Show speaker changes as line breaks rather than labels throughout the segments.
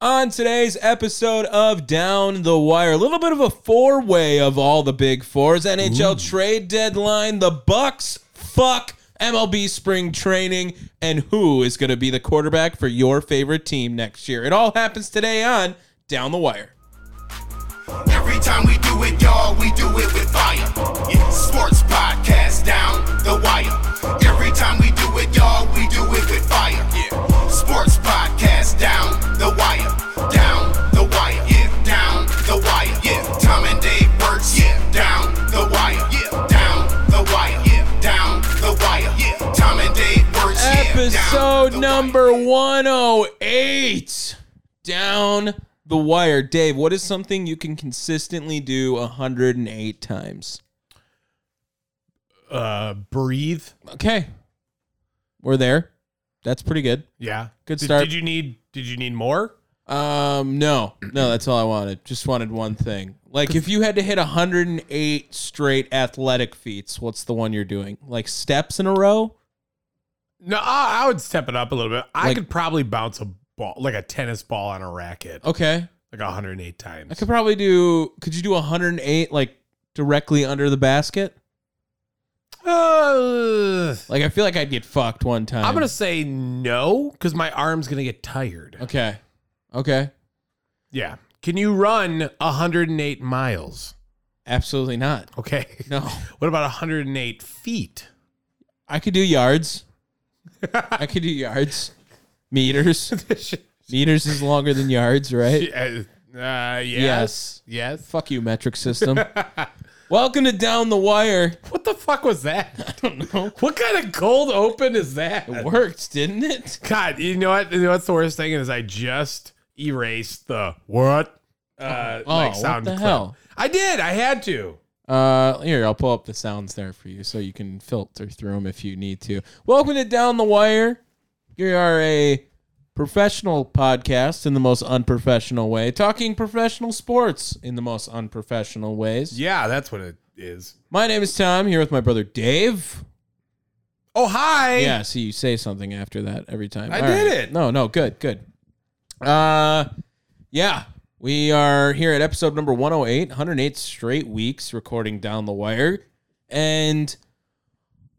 On today's episode of Down the Wire, a little bit of a four-way of all the big fours: NHL trade deadline, the Bucks, fuck MLB spring training, and who is going to be the quarterback for your favorite team next year. It all happens today on Down the Wire.
Every time we do it, y'all, we do it with fire. Yeah, sports podcast down the wire. Every time we do it, y'all, we do it with fire. Yeah, sports podcast down the wire. Down the wire. Yeah, down the wire. Yeah, Tom and Dave works. Yeah, down the wire. Yeah, down the wire. Yeah, down the wire. Yeah, Tom and Dave works. Yeah, down
Episode
the
number
wire.
108 Down the Wire. Dave, what is something you can consistently do 108 times?
uh breathe
Okay. We're there. That's pretty good.
yeah
Good
did,
start.
did you need did you need more
Um no. No, that's all I wanted. Just wanted one thing. Like if you had to hit 108 straight athletic feats, what's the one you're doing? Like steps in a row?
no i, I would step it up a little bit i
Like-
could probably bounce a ball like a tennis ball on a racket
Okay.
like 108 times
Oh. I could probably do could you do 108 like directly under the basket?
uh,
Like I feel like I'd get fucked one time.
i'm gonna say no because my arm's gonna get tired
Okay. Okay.
yeah can you run 108 miles
Absolutely not.
okay
No.
what about 108 feet
I could do yards. I could do yards. Meters. Meters is longer than yards, right?
uh, yes
Yes.
yes
Fuck you, metric system. Welcome to Down the Wire.
what the fuck was that i don't know what kind of cold open is that
It worked, didn't it?
God, you know what? You know what's the worst thing is I just erased the what uh,
Oh,
like
what
sound
the
clip.
hell?
I did. I had to.
Uh, here, I'll pull up the sounds there for you so you can filter through them if you need to. Welcome to Down the Wire. You are a professional podcast in the most unprofessional way, talking professional sports in the most unprofessional ways.
Yeah, that's what it is.
My name is Tom, here with my brother Dave.
Oh hi.
Yeah, see, you say something after that every time.
I did it.
No, no, good, good. Uh, yeah, we are here at episode number 108, 108 straight weeks recording Down the Wire. And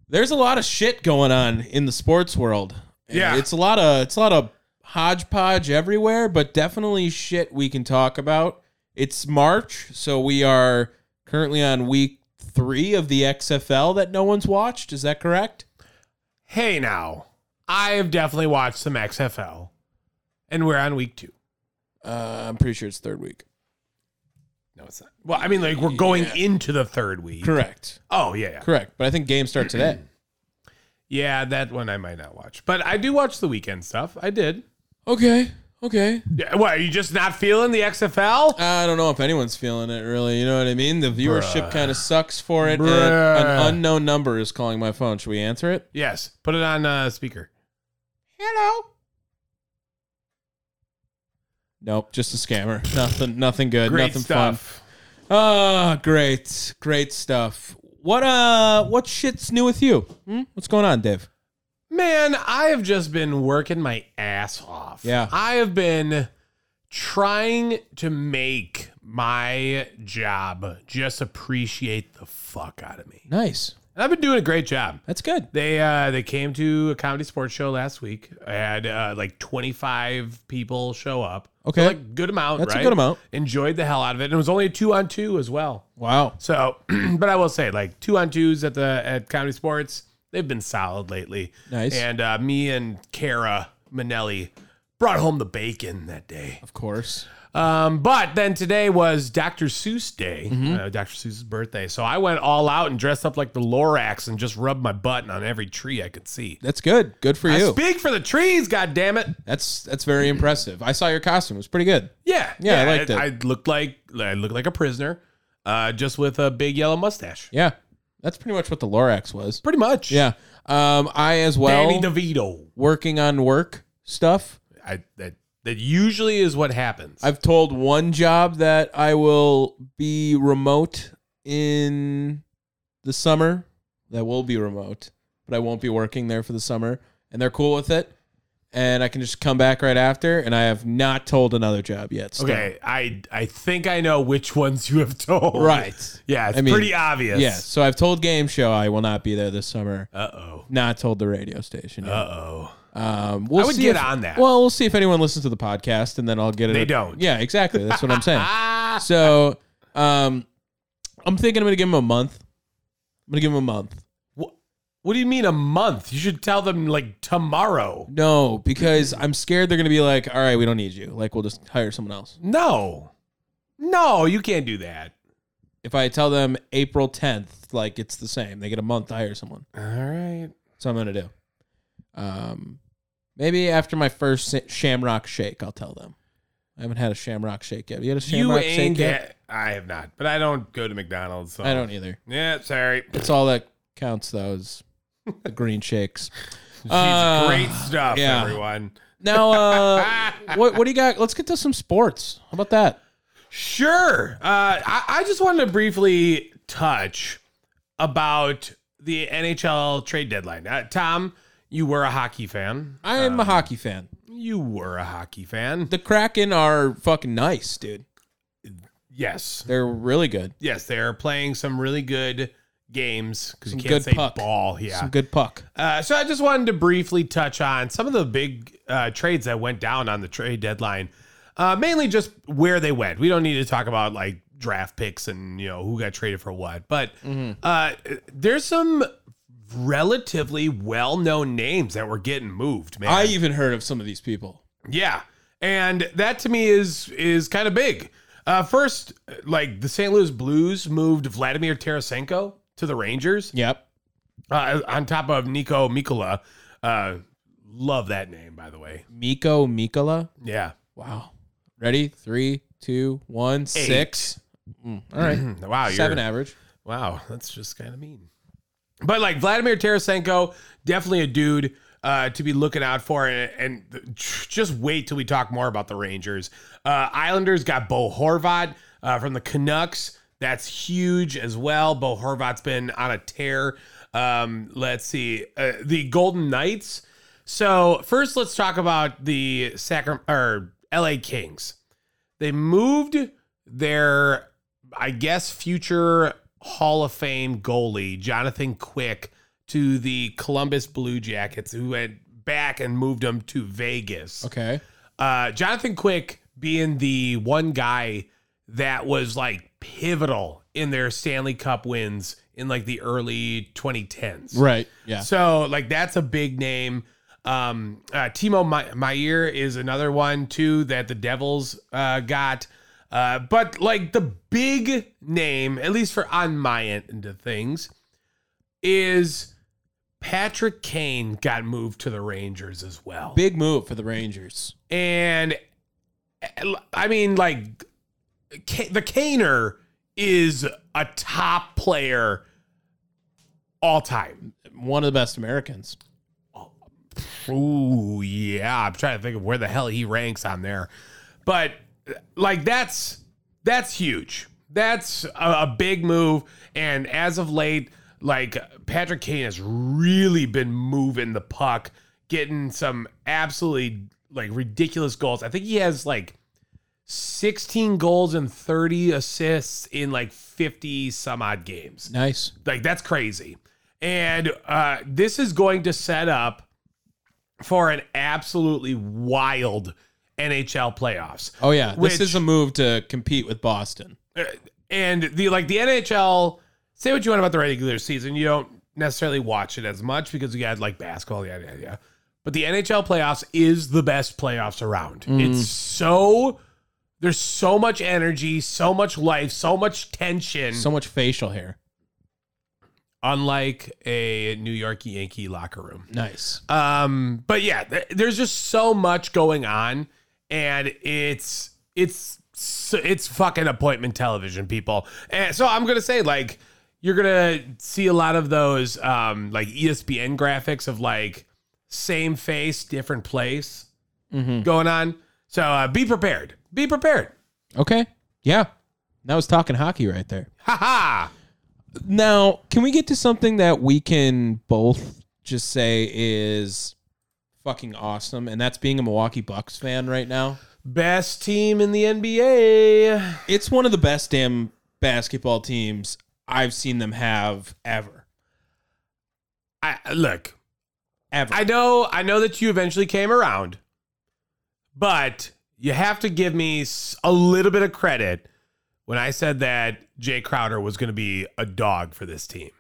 there's a lot of shit going on in the sports world.
Yeah.
It's a lot of, it's a lot of hodgepodge everywhere, but definitely shit we can talk about. It's March, so we are currently on week three of the XFL that no one's watched. Is that correct?
Hey now, I have definitely watched some XFL, and we're on week two.
Uh, I'm pretty sure it's third week.
No, it's not. Well, I mean, like we're going into the third week.
Correct.
Oh yeah, yeah.
Correct. But I think games start today.
Yeah, that one I might not watch, but I do watch the weekend stuff. I did.
okay. Okay.
Yeah, what are you just not feeling the XFL?
I don't know if anyone's feeling it really. You know what I mean? The viewership
Bruh.
kind of sucks for it. and
Bruh.
an unknown number is calling my phone. Should we answer it?
Yes, put it on uh, speaker.
Hello. Nope, just a scammer. nothing nothing good.
Great
nothing fun.
stuff.
Ah, great. Great stuff. What uh what shit's new with you? Hmm? What's going on, Dave?
Man, I have just been working my ass off.
Yeah.
I have been trying to make my job just appreciate the fuck out of me.
Nice.
And I've been doing a great job.
That's good.
They uh they came to a comedy sports show last week. I had uh, like 25 people show up.
Okay.
like good amount,
That's a
right?
good amount.
Enjoyed the hell out of it. And it was only a 2 on 2 as well.
Wow.
So, but I will say, like two on twos at the at Comedy Sports, they've been solid lately.
Nice.
And uh, me and Kara Manelli brought home the bacon that day.
Of course.
Um, but then today was Dr. Seuss Day,
Mm-hmm.
uh, Dr. Seuss's birthday. So I went all out and dressed up like the Lorax and just rubbed my button on every tree I could see.
That's good. Good for
I
you.
speak for the trees, God damn it!
That's that's very impressive. I saw your costume. It was pretty good.
Yeah,
Yeah, I liked
I, I looked like I looked like a prisoner, uh, just with a big yellow mustache.
Yeah. That's pretty much what the Lorax was.
Pretty much.
Yeah. Um I as well
Danny DeVito.
working on work stuff.
I that that usually is what happens.
I've told one job that I will be remote in the summer. That will be remote, but I won't be working there for the summer and they're cool with it. and I can just come back right after. And I have not told another job yet. still.
Okay, I I think I know which ones you have told.
Right.
Yeah, it's
I mean,
pretty obvious.
Yeah. So I've told Game Show I will not be there this summer.
Uh oh.
not told the radio station. yet.
Uh oh.
Um, we'll
I would
see
get
if-
on that.
Well, we'll see if anyone listens to the podcast, and then I'll get it.
They don't.
Yeah, exactly. That's what I'm saying.
Ah,
So, um, I'm thinking I'm gonna give him a month. I'm gonna give him a month.
What, what do you mean a month? You should tell them like tomorrow.
No, because I'm scared they're gonna be like, "All right, we don't need you. Like, we'll just hire someone else."
No. No, you can't do that.
If I tell them April 10th, like it's the same. They get a month to hire someone.
All right.
That's what I'm gonna do. Um, maybe after my first sa- Shamrock Shake, I'll tell them. I haven't had a Shamrock Shake yet. You had a
You
Shamrock
ain't
Shake yet?
get. I have not, but I don't go to McDonald's. So.
I don't either.
Yeah, sorry.
It's all that counts, though, is the green shakes.
She's
Uh,
great stuff,
yeah.
everyone.
Now, uh, what what do you got? Let's get to some sports. How about that?
Sure. Uh, I, I just wanted to briefly touch about the NHL trade deadline. Uh, Tom, you were a hockey fan.
I am a hockey fan.
You were a hockey fan.
The Kraken are fucking nice, dude.
Yes.
They're really good.
Yes, they're playing some really good games because you
Some
can't
good
say
puck.
ball. Yeah.
Some good puck.
Uh, so I just wanted to briefly touch on some of the big uh, trades that went down on the trade deadline, uh, mainly just where they went. We don't need to talk about like draft picks and you know who got traded for what, but uh, there's some relatively well-known names that were getting moved, man.
I even heard of some of these people.
Yeah, and that to me is is kind of big. Uh, first, like the St. Louis Blues moved Vladimir Tarasenko to the Rangers
Yep.
uh, on top of Nico Mikola. Uh, love that name, by the way.
Miko Mikola.
Yeah.
Wow. Ready? Three, two, one, six. Mm, all right.
Hmm, Wow. You're,
Seven average.
Wow. That's just kind of mean. But like Vladimir Tarasenko, definitely a dude uh, to be looking out for. And, and just wait till we talk more about the Rangers. Uh, Islanders got Bo Horvat uh, from the Canucks. That's huge as well. Bo Horvat's been on a tear. Um, let's see. Uh, the Golden Knights. So first, let's talk about the Sacramento or LA Kings. They moved their, I guess, future Hall of Fame goalie Jonathan Quick to the Columbus Blue Jackets, who went back and moved him to Vegas.
Okay.
Uh, Jonathan Quick being the one guy that was like pivotal in their Stanley Cup wins in like the early 2010s.
Right. Yeah.
So like that's a big name. Um, uh, Timo Ma- Maier is another one too that the Devils uh, got. Uh, but like the big name, at least for on my end of things, is Patrick Kane got moved to the Rangers as well.
Big move for the Rangers.
And eh, I mean, like Ka- the Kaner is a top player all time.
One of the best Americans.
Ooh, yeah. I'm trying to think of where the hell he ranks on there. But like that's that's huge. That's a, a big move. And as of late, like Patrick Kane has really been moving the puck, getting some absolutely like ridiculous goals. I think he has like 16 goals and 30 assists in like 50 some odd games.
Nice.
Like that's crazy. And uh, this is going to set up for an absolutely wild NHL playoffs.
Oh yeah,
Which-
this is a move to compete with Boston.
Uh, And the like the NHL, say what you want about the regular season, you don't necessarily watch it as much because you had like basketball, yada yada yada. But the NHL playoffs is the best playoffs around.
Mm.
It's so there's so much energy, so much life, so much tension.
So much facial hair.
unlike a New York Yankee locker room.
Nice.
Um, but yeah, th- there's just so much going on, and it's it's so- it's fucking appointment television, people. And so I'm gonna say like you're gonna see a lot of those um like ESPN graphics of like same face, different place going on. So uh, be prepared. Be prepared.
Okay. Yeah. That was talking hockey right there.
Ha ha.
Now, can we get to something that we can both just say is fucking awesome, and that's being a Milwaukee Bucks fan right now.
Best team in the NBA.
It's one of the best damn basketball teams I've seen them have ever,
I look.
ever.
I know I know that you eventually came around, but you have to give me s- a little bit of credit when I said that Jay Crowder was going to be a dog for this team.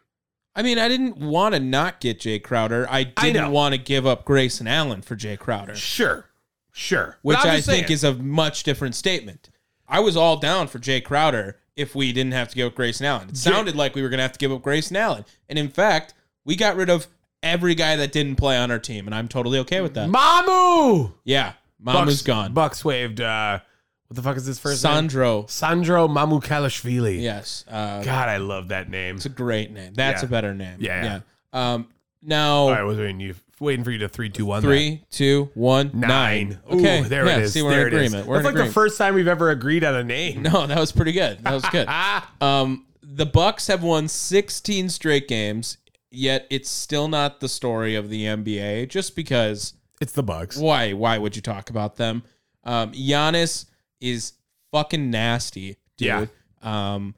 I mean, I didn't want to not get Jay Crowder. I
I
didn't
know.
want to give up Grayson Allen for Jay Crowder,
Sure, sure. But
which
I'm
I
just
think
saying,
is a much different statement. I was all down for Jay Crowder if we didn't have to give up Grayson Allen. It sounded like we were going to have to give up Grayson Allen. And in fact, we got rid of every guy that didn't play on our team, and I'm totally okay with that.
Mamu.
Yeah, Mama's
Mm-hmm. Bucks-
gone.
Bucks waved. Uh, what the fuck is his first name?
Sandro.
Sandro Mamukalashvili.
Yes. Uh,
God, I love that name.
It's a great name. That's
Yeah.
a better name.
Yeah, yeah.
Yeah. Um, now,
All right, I was waiting you waiting for you to three, two, one. that.
three, two, one, nine.
nine. Ooh,
Okay.
there
yeah,
it is.
See, we're
there
in
it is.
agreement. We're
That's
in
like
agreement.
the first time we've ever agreed on a name.
No, that was pretty good. That was good.
Ah,
um, the Bucks have won 16 straight games, yet it's still not the story of the NBA. Just because
it's the Bucks.
why? Why would you talk about them? Um, Giannis is fucking nasty, dude.
Yeah.
Um,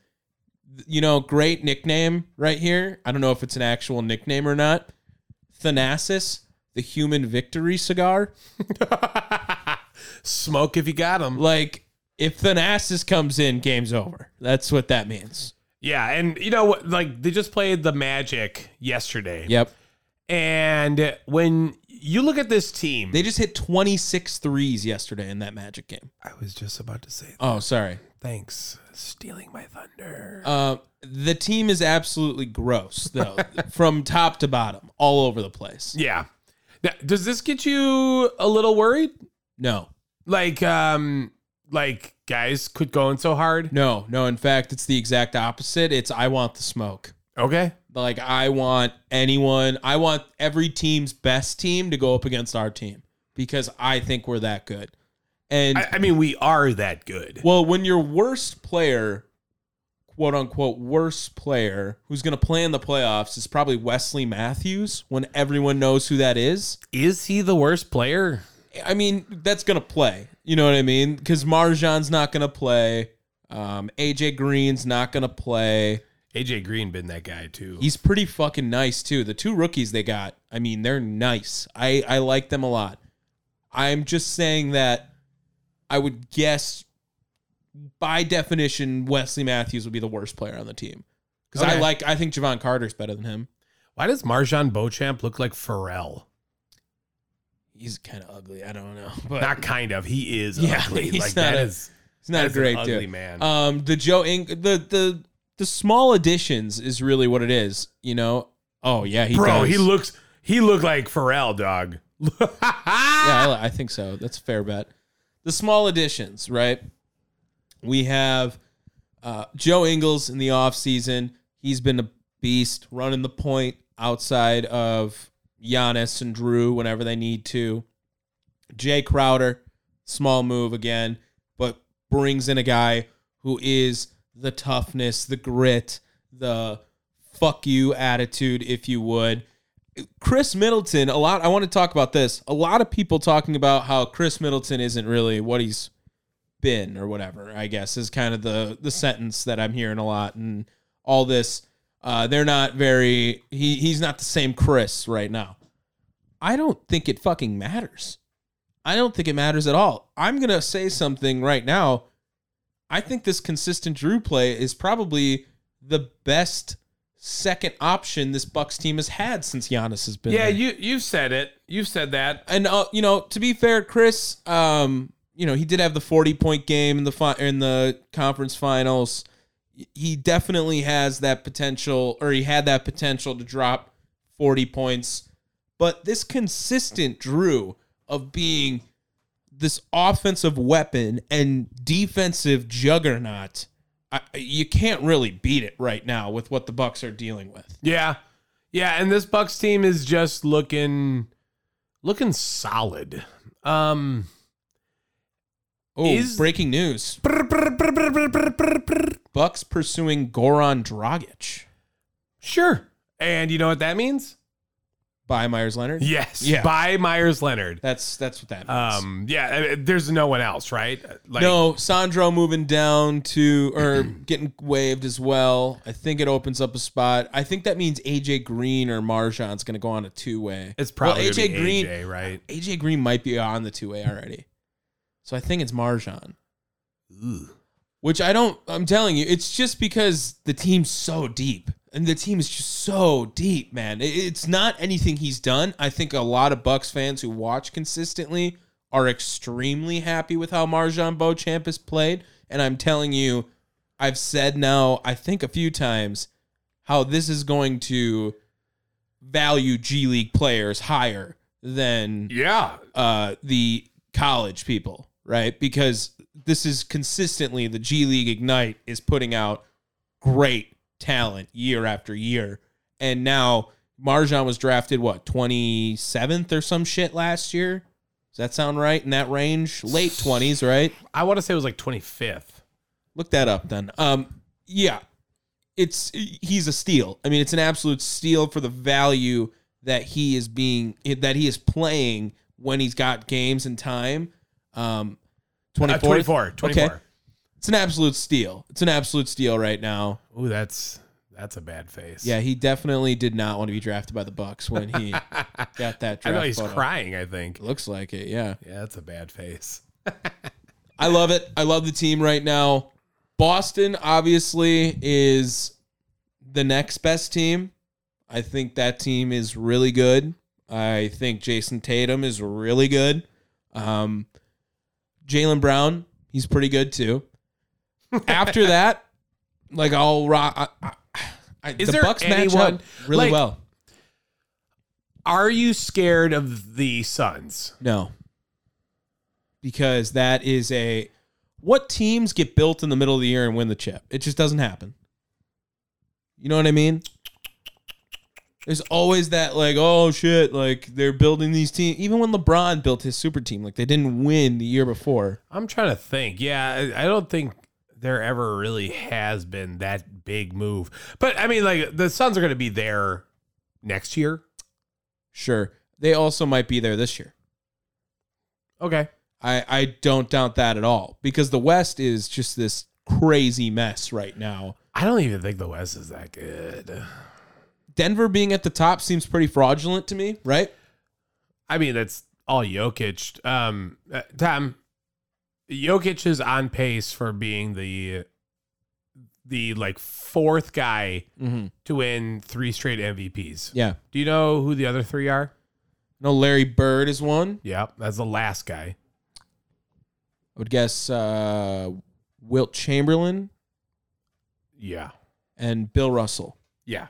th- you know, great nickname right here. I don't know if it's an actual nickname or not. Thanasis, the human victory cigar.
Smoke if you got them.
Like, if Thanasis comes in, game's over. That's what that means.
Yeah, and you know what? Like they just played the Magic yesterday,
Yep.
and when you look at this team,
They just hit 26 threes yesterday in that Magic game.
I was just about to say
Oh, sorry.
thanks, stealing my thunder.
Uh, the team is absolutely gross, though, from top to bottom, all over the place.
yeah. Now, does this get you a little worried?
No,
Like, um, like guys, quit going so hard.
no, no. In fact, it's the exact opposite. It's I want the smoke.
Okay.
Like, I want anyone, I want every team's best team to go up against our team because I think we're that good. And
I, I mean, we are that good.
Well, when your worst player, quote unquote, worst player who's going to play in the playoffs is probably Wesley Matthews when everyone knows who that is.
Is he the worst player?
I mean, that's going to play. You know what I mean? Because Marjan's not going to play. Um, AJ Green's not going to play.
AJ Green been that guy too.
He's pretty fucking nice, too. The two rookies they got, I mean, they're nice. I, I like them a lot. I'm just saying that I would guess by definition Wesley Matthews would be the worst player on the team. Because I
Okay.
like I think Javon Carter's better than him.
Why does Marjan Beauchamp look like Pharrell?
He's kind of ugly. I don't know. But
Not kind of. He is
Yeah,
ugly.
he's not
like that
a-
is
he's not a
that's an
great
ugly
dude.
man.
Um the Joe Ing the the the small additions is really what it is, you know. Oh yeah, he
bro.
does.
He looks. He looked like Pharrell, dog.
yeah, I, li- I think so. That's a fair bet. The small additions, right? We have uh, Joe Ingles in the offseason. He's been a beast running the point outside of Giannis and Drew whenever they need to. Jay Crowder, small move again, but brings in a guy who is the toughness, the grit, the fuck you attitude, if you would. Chris Middleton, a lot. I want to talk about this. A lot of people talking about how Chris Middleton isn't really what he's been or whatever. I guess is kind of the the sentence that I'm hearing a lot, and all this. Uh, they're not very. He he's not the same Chris right now. I don't think it fucking matters. I don't think it matters at all. I'm gonna say something right now. I think this consistent Drew play is probably the best second option this Bucks team has had since Giannis has been.
yeah,
there.
you you've said it. You've said that.
and uh, you know to be fair, Chris, um, you know he did have the 40 point game in the fi- in the conference finals. He definitely has that potential, or he had that potential to drop 40 points. But this consistent Drew of being this offensive weapon and defensive juggernaut, I, you can't really beat it right now with what the Bucks are dealing with.
Yeah, yeah. And this Bucks team is just looking, looking solid. Um,
Oh,
Is-
breaking news! Bucks pursuing Goran Dragic.
sure. And you know what that means?
by Myers Leonard.
Yes.
Yeah.
By Myers Leonard.
That's that's what that means.
Um, yeah, I- I- there's no one else, right? Like,
no, Sandro moving down to or getting waived as well. I think it opens up a spot. I think that means AJ Green or Marjan's going to go on a two way.
It's probably
AJ
AJ
Green.
AJ, right?
AJ Green might be on the two way already, so I think it's Marjan. Which I don't. I'm telling you, it's just because the team's so deep, and the team is just so deep, man. It- It's not anything he's done. I think a lot of Bucks fans who watch consistently are extremely happy with how Marjan Beauchamp has played, and I'm telling you, I've said now, I think a few times, how this is going to value G League players higher than
Yeah.
uh, the college people, right? Because this is consistently the G League Ignite is putting out great talent year after year. And now Marjan was drafted, what, 27th or some shit last year? Does that sound right in that range? Late 20s, right?
I want to say it was like 25th.
Look that up then. Um, yeah, it's he's a steal. I mean, it's an absolute steal for the value that he is being that he is playing when he's got games and time. Um,
Uh,
24th?
24. 24.
Okay. It's an absolute steal. It's an absolute steal right now.
Ooh, that's that's a bad face.
Yeah, he definitely did not want to be drafted by the Bucks when he got that draft.
I know he's
photo.
crying, I think.
Looks like it. Yeah.
Yeah, that's a bad face.
I love it. I love the team right now. Boston obviously is the next best team. I think that team is really good. I think Jason Tatum is really good. Um, Jalen Brown, he's pretty good too. After that, like I'll rock. I, I, I,
Is
the
there
Bucks match
anyone-
up really
like-
well.
Are you scared of the Suns?
No. Because that is a what teams get built in the middle of the year and win the chip? It just doesn't happen. You know what I mean? There's always that like, oh shit, like they're building these teams. Even when LeBron built his super team, like they didn't win the year before.
I'm trying to think. Yeah, I I don't think there ever really has been that big move. But I mean, like the Suns are going to be there next year.
Sure. They also might be there this year.
Okay.
I, I don't doubt that at all. Because the West is just this crazy mess right now.
I don't even think the West is that good.
Denver being at the top seems pretty fraudulent to me, right?
I mean, that's all Jokic. Um, uh, Tom, Jokic is on pace for being the the like fourth guy
Mm-hmm.
to win three straight MVPs.
Yeah.
Do you know who the other three are?
No, Larry Bird is one.
Yep, that's the last guy.
I would guess uh, Wilt Chamberlain
Yeah,
and Bill Russell.
yeah.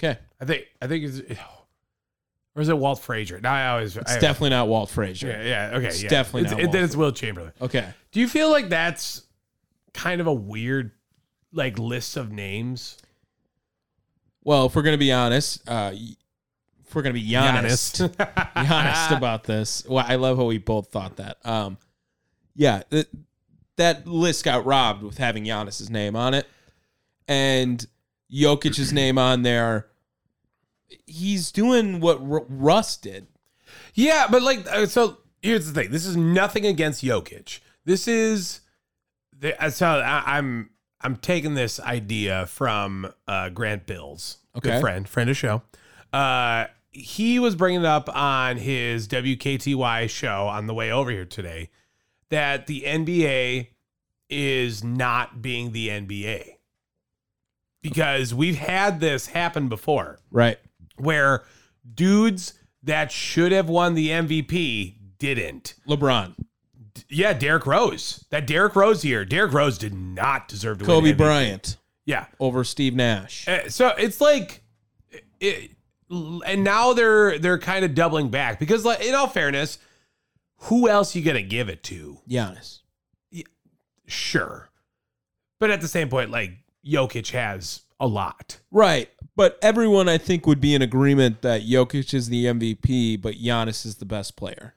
Okay,
I think I think it's or is it Walt Frazier? No, I always
it's
I,
definitely not Walt Frazier.
yeah, yeah okay
It's
yeah.
definitely
it's,
not
it,
Walt
then it's Will Chamberlain.
Okay,
Do you feel like that's kind of a weird like list of names?
well, if we're gonna be honest, uh, y- if we're gonna be honest,
Be honest.
be honest about this. Well, I love how we both thought that. Um, yeah, th- that list got robbed with having Giannis's name on it and Jokic's name on there. He's doing what R- Russ did.
Yeah, but like, uh, so here's the thing. This is nothing against Jokic. This is the uh, so I, I'm I'm taking this idea from uh, Grant Bills,
Okay.
good friend, friend of show. Uh, he was bringing it up on his WKTY show on the way over here today that the NBA is not being the NBA because we've had this happen before
Right.
where dudes that should have won the MVP didn't.
LeBron.
Yeah, Derrick Rose. That Derrick Rose here. Derrick Rose did not deserve to
Kobe
win. MVP.
Bryant
Yeah.
over Steve Nash.
Uh, So it's like, it, and now they're they're kind of doubling back because, like, in all fairness, who else you gonna give it to?
Giannis.
Sure, but at the same point, like Jokic has a lot.
Right. But everyone I think would be in agreement that Jokic is the MVP, but Giannis is the best player.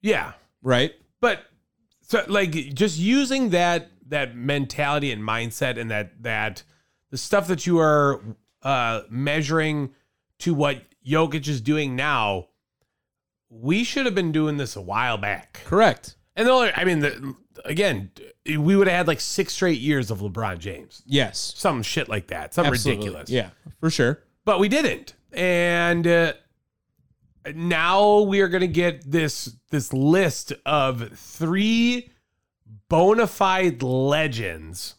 Yeah,
Right?
but so like just using that that mentality and mindset and that that the stuff that you are uh measuring to what Jokic is doing now, we should have been doing this a while back.
Correct.
And the only, I mean, the, again, we would have had like six straight years of LeBron James,
Yes.
some shit like that, something
Absolutely.
ridiculous.
Yeah, for sure.
but we didn't, and uh, now we are going to get this this list of three bona fide legends,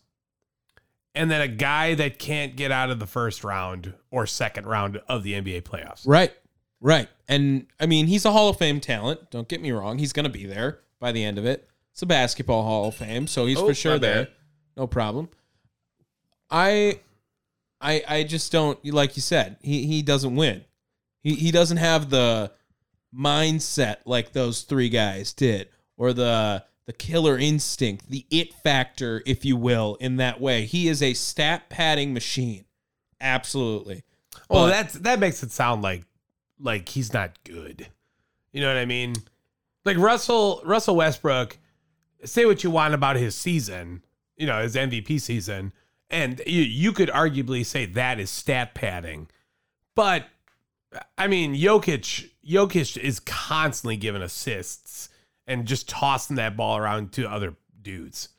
and then a guy that can't get out of the first round or second round of the NBA playoffs.
Right. Right. And I mean, he's a Hall of Fame talent. Don't get me wrong. He's going to be there by the end of it. It's a basketball Hall of Fame, so he's
Oh,
for sure
my bad.
there. No problem. I I I just don't like you said. He he doesn't win. He he doesn't have the mindset like those three guys did or the the killer instinct, the it factor if you will in that way. He is a stat padding machine. Absolutely.
Well,
But-
that's that makes it sound like like he's not good. You know what I mean? Like Russell Russell Westbrook, say what you want about his season, you know, his MVP season, and you, you could arguably say that is stat padding. But I mean, Jokic Jokic is constantly giving assists and just tossing that ball around to other dudes.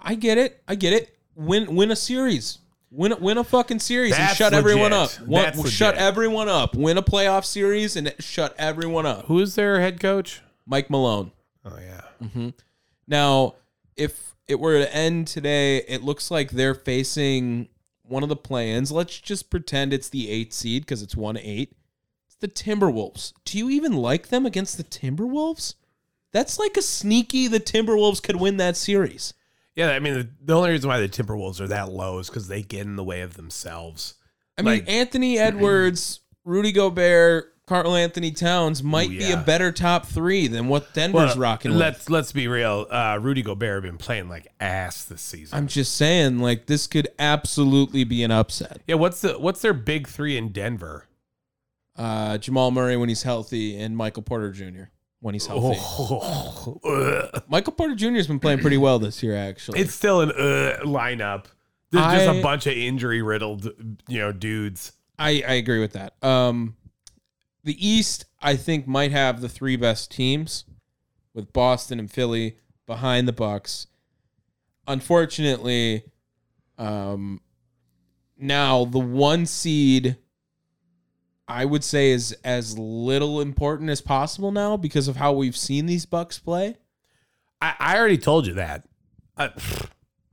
I get it. I get it. Win win a series. Win win a fucking series and
That's
shut everyone up.
legit.
One,
That's
shut
legit.
everyone up. Win a playoff series and shut everyone up.
Who's their head coach?
Mike Malone.
Oh yeah.
Now, if it were to end today, it looks like they're facing one of the play-ins. Let's just pretend it's the eight seed because it's one eight. It's the Timberwolves. Do you even like them against the Timberwolves? That's like a sneaky. The Timberwolves could win that series.
Yeah, I mean, the, the only reason why the Timberwolves are that low is because they get in the way of themselves.
I mean,
Like-
Anthony Edwards, Rudy Gobert, Carl Anthony Towns might be
yeah.
a better top three than what Denver's rocking with.
Let's let's be real. Uh, Rudy Gobert been playing like ass this season.
I'm just saying, like, this could absolutely be an upset.
yeah, what's the what's their big three in Denver?
Uh, Jamal Murray when he's healthy and Michael Porter Jr. when he's healthy.
Oh, ugh.
Michael Porter Jr. has been playing pretty well this year, actually.
it's still an uh, lineup. There's just
I-
a bunch of injury riddled, you know, dudes.
I, I agree with that. Um, the East, I think, might have the three best teams, with Boston and Philly behind the Bucks. Unfortunately, um, now the one seed, I would say, is as little important as possible now because of how we've seen these Bucks play.
I, I already told you that. I, Uh,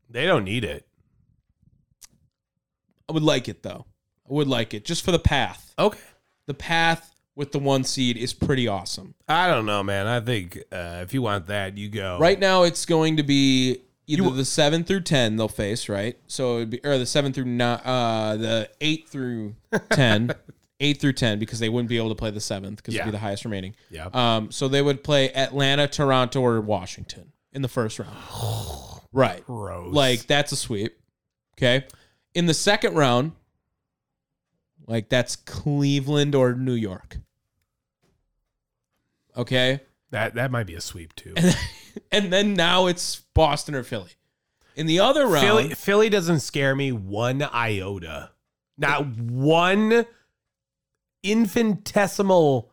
they don't need it.
I would like it though. I would like it just for the path.
Okay.
The path with the one seed is pretty awesome.
I don't know, man. I think uh, if you want that, you go
Right now, it's going to be either
You-
the seven through ten they'll face, right? So it'd be or the seven through nine, uh, the eight through ten, eight through ten because they wouldn't be able to play the seventh because it'd
Yeah.
be the highest remaining.
Yeah.
Um, so they would play Atlanta, Toronto, or Washington in the first round. right.
Gross.
Like that's a sweep. Okay. In the second round, like that's Cleveland or New York. Okay.
that, that might be a sweep too.
and then now it's Boston or Philly. In the other round,
Philly, Philly doesn't scare me one iota. Not one infinitesimal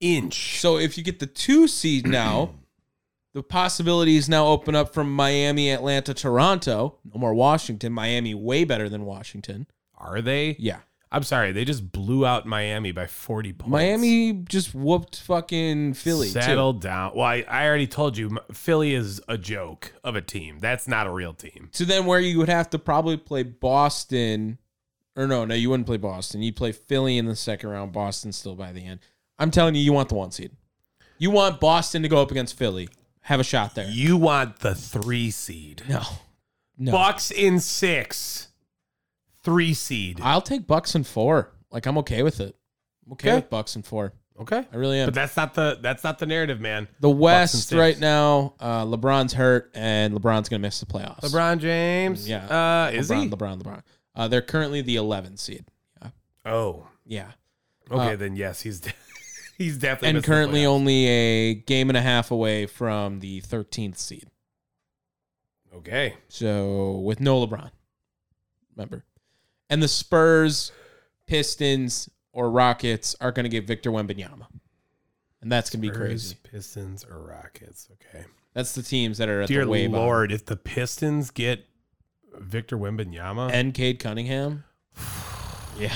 inch.
so if you get the two seed now, the possibilities now open up from Miami, Atlanta, Toronto. No more Washington. Miami way better than Washington.
Are they?
Yeah.
I'm sorry, they just blew out Miami by 40 points.
Miami just whooped fucking Philly. Too.
Settle down. Well, I, I already told you, M- Philly is a joke of a team. That's not a real team.
So then where you would have to probably play Boston. Or no, no, you wouldn't play Boston. You'd play Philly in the second round, Boston still by the end. I'm telling you, you want the one seed. You want Boston to go up against Philly. Have a shot there.
You want the three seed.
No. No.
Bucks in six. Three seed.
I'll take Bucks and four. Like I'm okay with it. I'm okay,
Okay.
with Bucks and four.
Okay.
I really am.
But that's not the that's not the narrative, man.
the
and
West
six.
right now, uh, LeBron's hurt and LeBron's gonna miss the playoffs.
LeBron James.
Yeah.
Uh, is
LeBron,
he?
LeBron, LeBron. Uh, they're currently the 11 seed.
Oh,
Yeah,
okay.
Uh,
then yes, he's de- he's definitely
and
missing the
currently
playoffs.
only a game and a half away from the 13th seed.
okay.
So with no LeBron, remember, and the Spurs, Pistons, or Rockets are going to get Victor Wembanyama, and that's going to be crazy.
Pistons or Rockets. Okay.
That's the teams that are at
Dear
the wave on.
Lord, if the Pistons get Victor Wembanyama,
and Cade Cunningham. Yeah,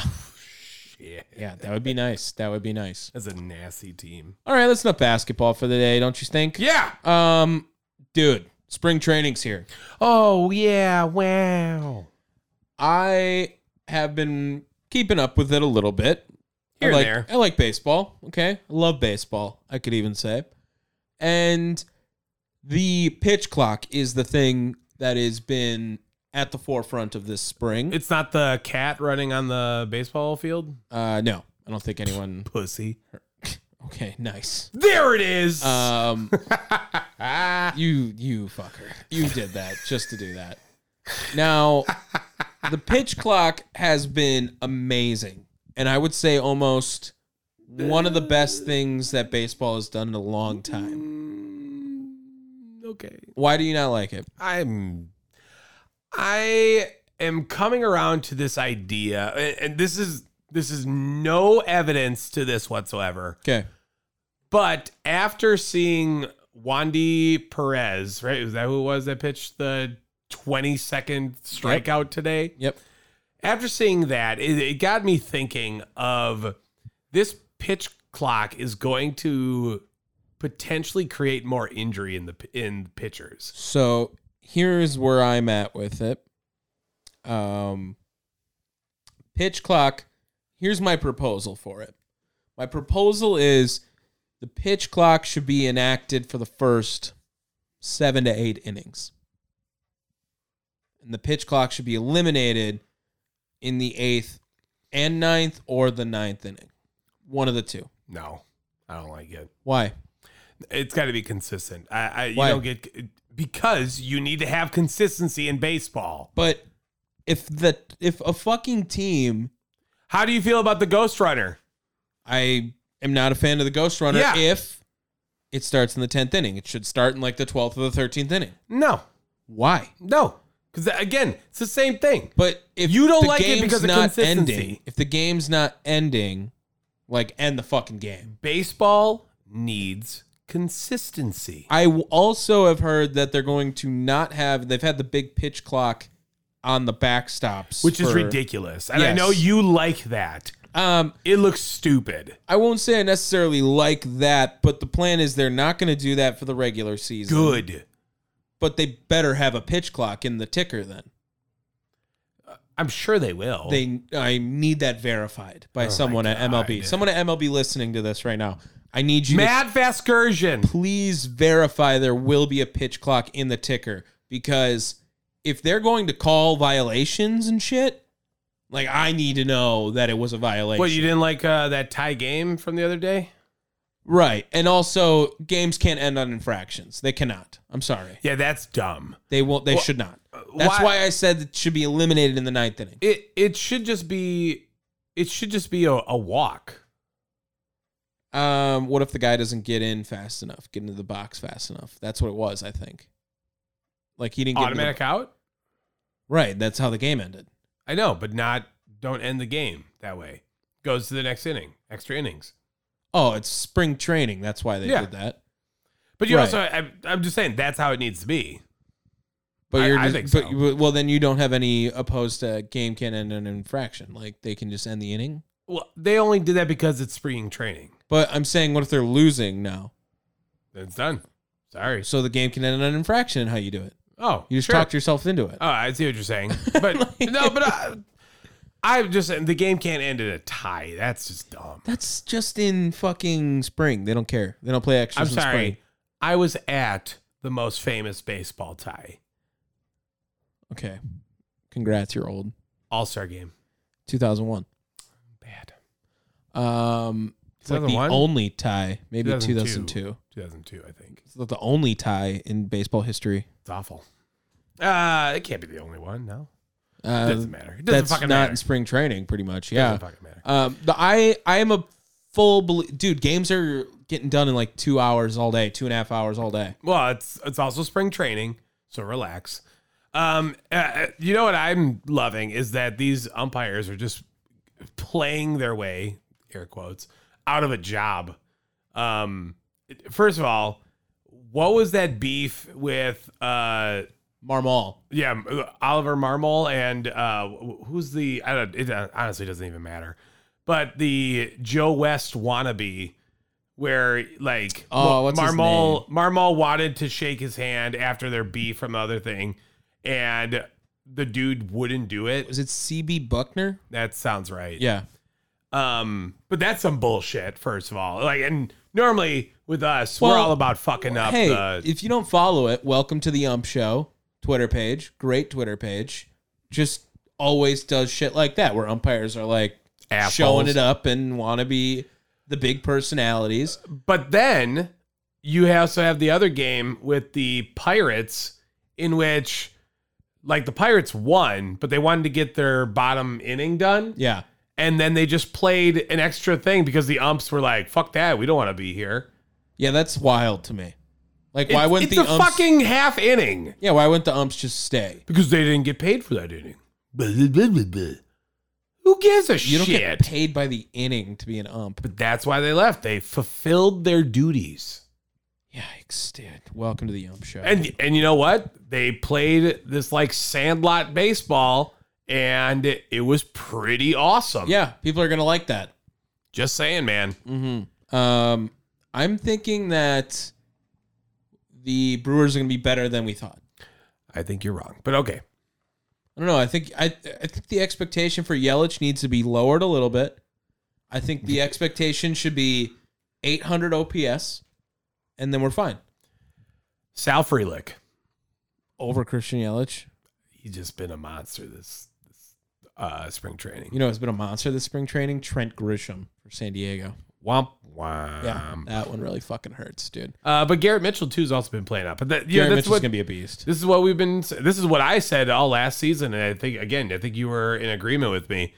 shit,
yeah, that would be nice. That would be nice.
that's a nasty team.
All right, that's enough basketball for the day, don't you think?
Yeah.
Um, dude, spring training's here.
Oh yeah. Wow.
I have been keeping up with it a little bit.
Here
I
and
like,
there.
I like baseball. Okay. I love baseball, I could even say. And the pitch clock is the thing that has been at the forefront of this spring.
It's not the cat running on the baseball field.
uh, no, I don't think anyone.
Pussy.
Okay, nice.
There it is. Ah.
Um, you you fucker, you did that just to do that. Now, the pitch clock has been amazing, and I would say almost one of the best things that baseball has done in a long time.
Mm, okay.
Why do you not like it?
I'm I am coming around to this idea and and this is this is no evidence to this whatsoever.
Okay,
But after seeing Wandy Perez, right? Is that who it was that pitched the 22nd strikeout today?
yep,
After seeing that, it, it got me thinking of this pitch clock is going to potentially create more injury in the in pitchers.
So here's where I'm at with it. Um, pitch clock. Here's my proposal for it. My proposal is the pitch clock should be enacted for the first seven to eight innings, and the pitch clock should be eliminated in the eighth and ninth or the ninth inning, one of the two.
No, I don't like it.
Why?
It's got to be consistent. I, I you
Why?
don't get because you need to have consistency in baseball.
But if the if a fucking team
How do you feel about the Ghost Runner?
I am not a fan of the Ghost Runner
Yeah.
if it starts in the 10th inning. It should start in like the 12th or the 13th inning.
No,
Why?
no, because again, it's the same thing.
But if
You don't
the
like it
game's
because of
not
consistency.
ending, if the game's not ending, like end the fucking game.
Baseball needs consistency.
I w- also have heard that they're going to not have. They've had the big pitch clock on the backstops,
which is
for-
ridiculous. And I
Yes.
know you like that.
Um,
It looks stupid.
I won't say I necessarily like that, but the plan is they're not going to do that for the regular season.
Good.
But they better have a pitch clock in the ticker then.
I'm sure they will.
they I need that verified by someone at MLB.
God.
Someone at MLB listening to this right now. I need you
Matt
to
Vaskersian.
please verify there will be a pitch clock in the ticker because if they're going to call violations and shit, like I need to know that it was a violation.
What you didn't like uh, that tie game from the other day?
right. And also games can't end on infractions. They cannot. I'm sorry.
Yeah, that's dumb.
They won't they should not. That's
why-
why, I said it should be eliminated in the ninth inning.
It it should just be it should just be a, a walk.
Um, what if the guy doesn't get in fast enough, get into the box fast enough? That's what it was, I think. Like he didn't get into the-
Automatic out?
right. That's how the game ended.
I know, but not don't end the game that way. Goes to the next inning, extra innings.
Oh, it's spring training. That's why they
Yeah.
did that.
But you
Right.
also I, I'm just saying that's how it needs to be.
But
I-
you're
I
just,
think
but
so.
you- well, then you don't have any opposed to game can end an infraction. Like they can just end the inning.
Well, they only did that because it's spring training.
But I'm saying, what if they're losing now?
Then it's done. Sorry.
So the game can end an infraction. And how you do it?
Oh,
You just
sure.
talked yourself into it.
Oh, I see what you're saying, but no, but I, I'm just saying the game can't end in a tie. That's just dumb.
That's just in fucking spring. They don't care. They don't play
I'm
extras. in
sorry.
spring.
I was at the most famous baseball tie
Okay. Congrats. You're old.
All Star game.
2001.
Bad.
Um, it's like the
2001?
only tie, maybe 2002.
2002. 2002, I think.
It's not the only tie in baseball history.
It's awful. Uh, it can't be the only one. No, it
Uh,
doesn't matter. It doesn't
that's
fucking
not
matter.
in spring training, pretty much.
It
Yeah.
doesn't fucking matter.
Um, the I I am a full belie- dude. Games are getting done in like two hours all day, two and a half hours all day.
Well, it's it's also spring training, so relax. Um, uh, you know what I'm loving is that these umpires are just playing their way air quotes out of a job. Um, first of all, what was that beef with uh
Marmol.
yeah uh, Oliver Marmol and uh who's the I don't it uh, honestly doesn't even matter, but the Joe West wannabe where like
Oh, what's his
Marmol Marmol wanted to shake his hand after their beef from the other thing, and the dude wouldn't do it.
Was it CB Buckner?
That sounds right.
Yeah.
Um, but that's some bullshit. First of all, like, and normally with us, we're
Well,
all about fucking up. uh,
hey,
the,
if you don't follow it, welcome to the Ump Show Twitter page. Great Twitter page. Just always does shit like that where umpires are like
Assholes.
showing it up and want to be the big personalities.
But then you also have the other game with the Pirates, in which, like, the Pirates won, but they wanted to get their bottom inning done.
Yeah.
And then they just played an extra thing because the umps were like, fuck that. We don't want to be here.
Yeah, that's wild to me. Like, why
It's-
wouldn't
it's
the
a
umps?
fucking half inning?
yeah, why wouldn't the umps just stay?
Because they didn't get paid for that inning. Blah, blah, blah, blah, blah. Who gives a
You don't
shit?
get paid by the inning to be an ump.
But that's why they left. They fulfilled their duties.
Yikes, dude. Welcome to the ump show.
And and you know what? They played this like sandlot baseball and it, it was pretty awesome.
yeah, Mm. people are gonna like that.
Just saying, man.
Um, I'm thinking that the Brewers are going to be better than we thought.
I think you're wrong. But okay.
I don't know. I think I I think the expectation for Yelich needs to be lowered a little bit. I think the expectation should be 800 OPS, and then we're fine
Sal Frelick.
over Christian Yelich.
He's just been a monster this this uh spring training.
You know, it's been a monster this spring training. Trent Grisham for San Diego.
Womp womp.
Yeah, that one really fucking hurts, dude.
Uh, but Garrett Mitchell too's also been playing up. But that, yeah,
Garrett
that's
Mitchell's
what
going to be a beast.
This is what we've been. This is what I said all last season, and I think again, I think you were in agreement with me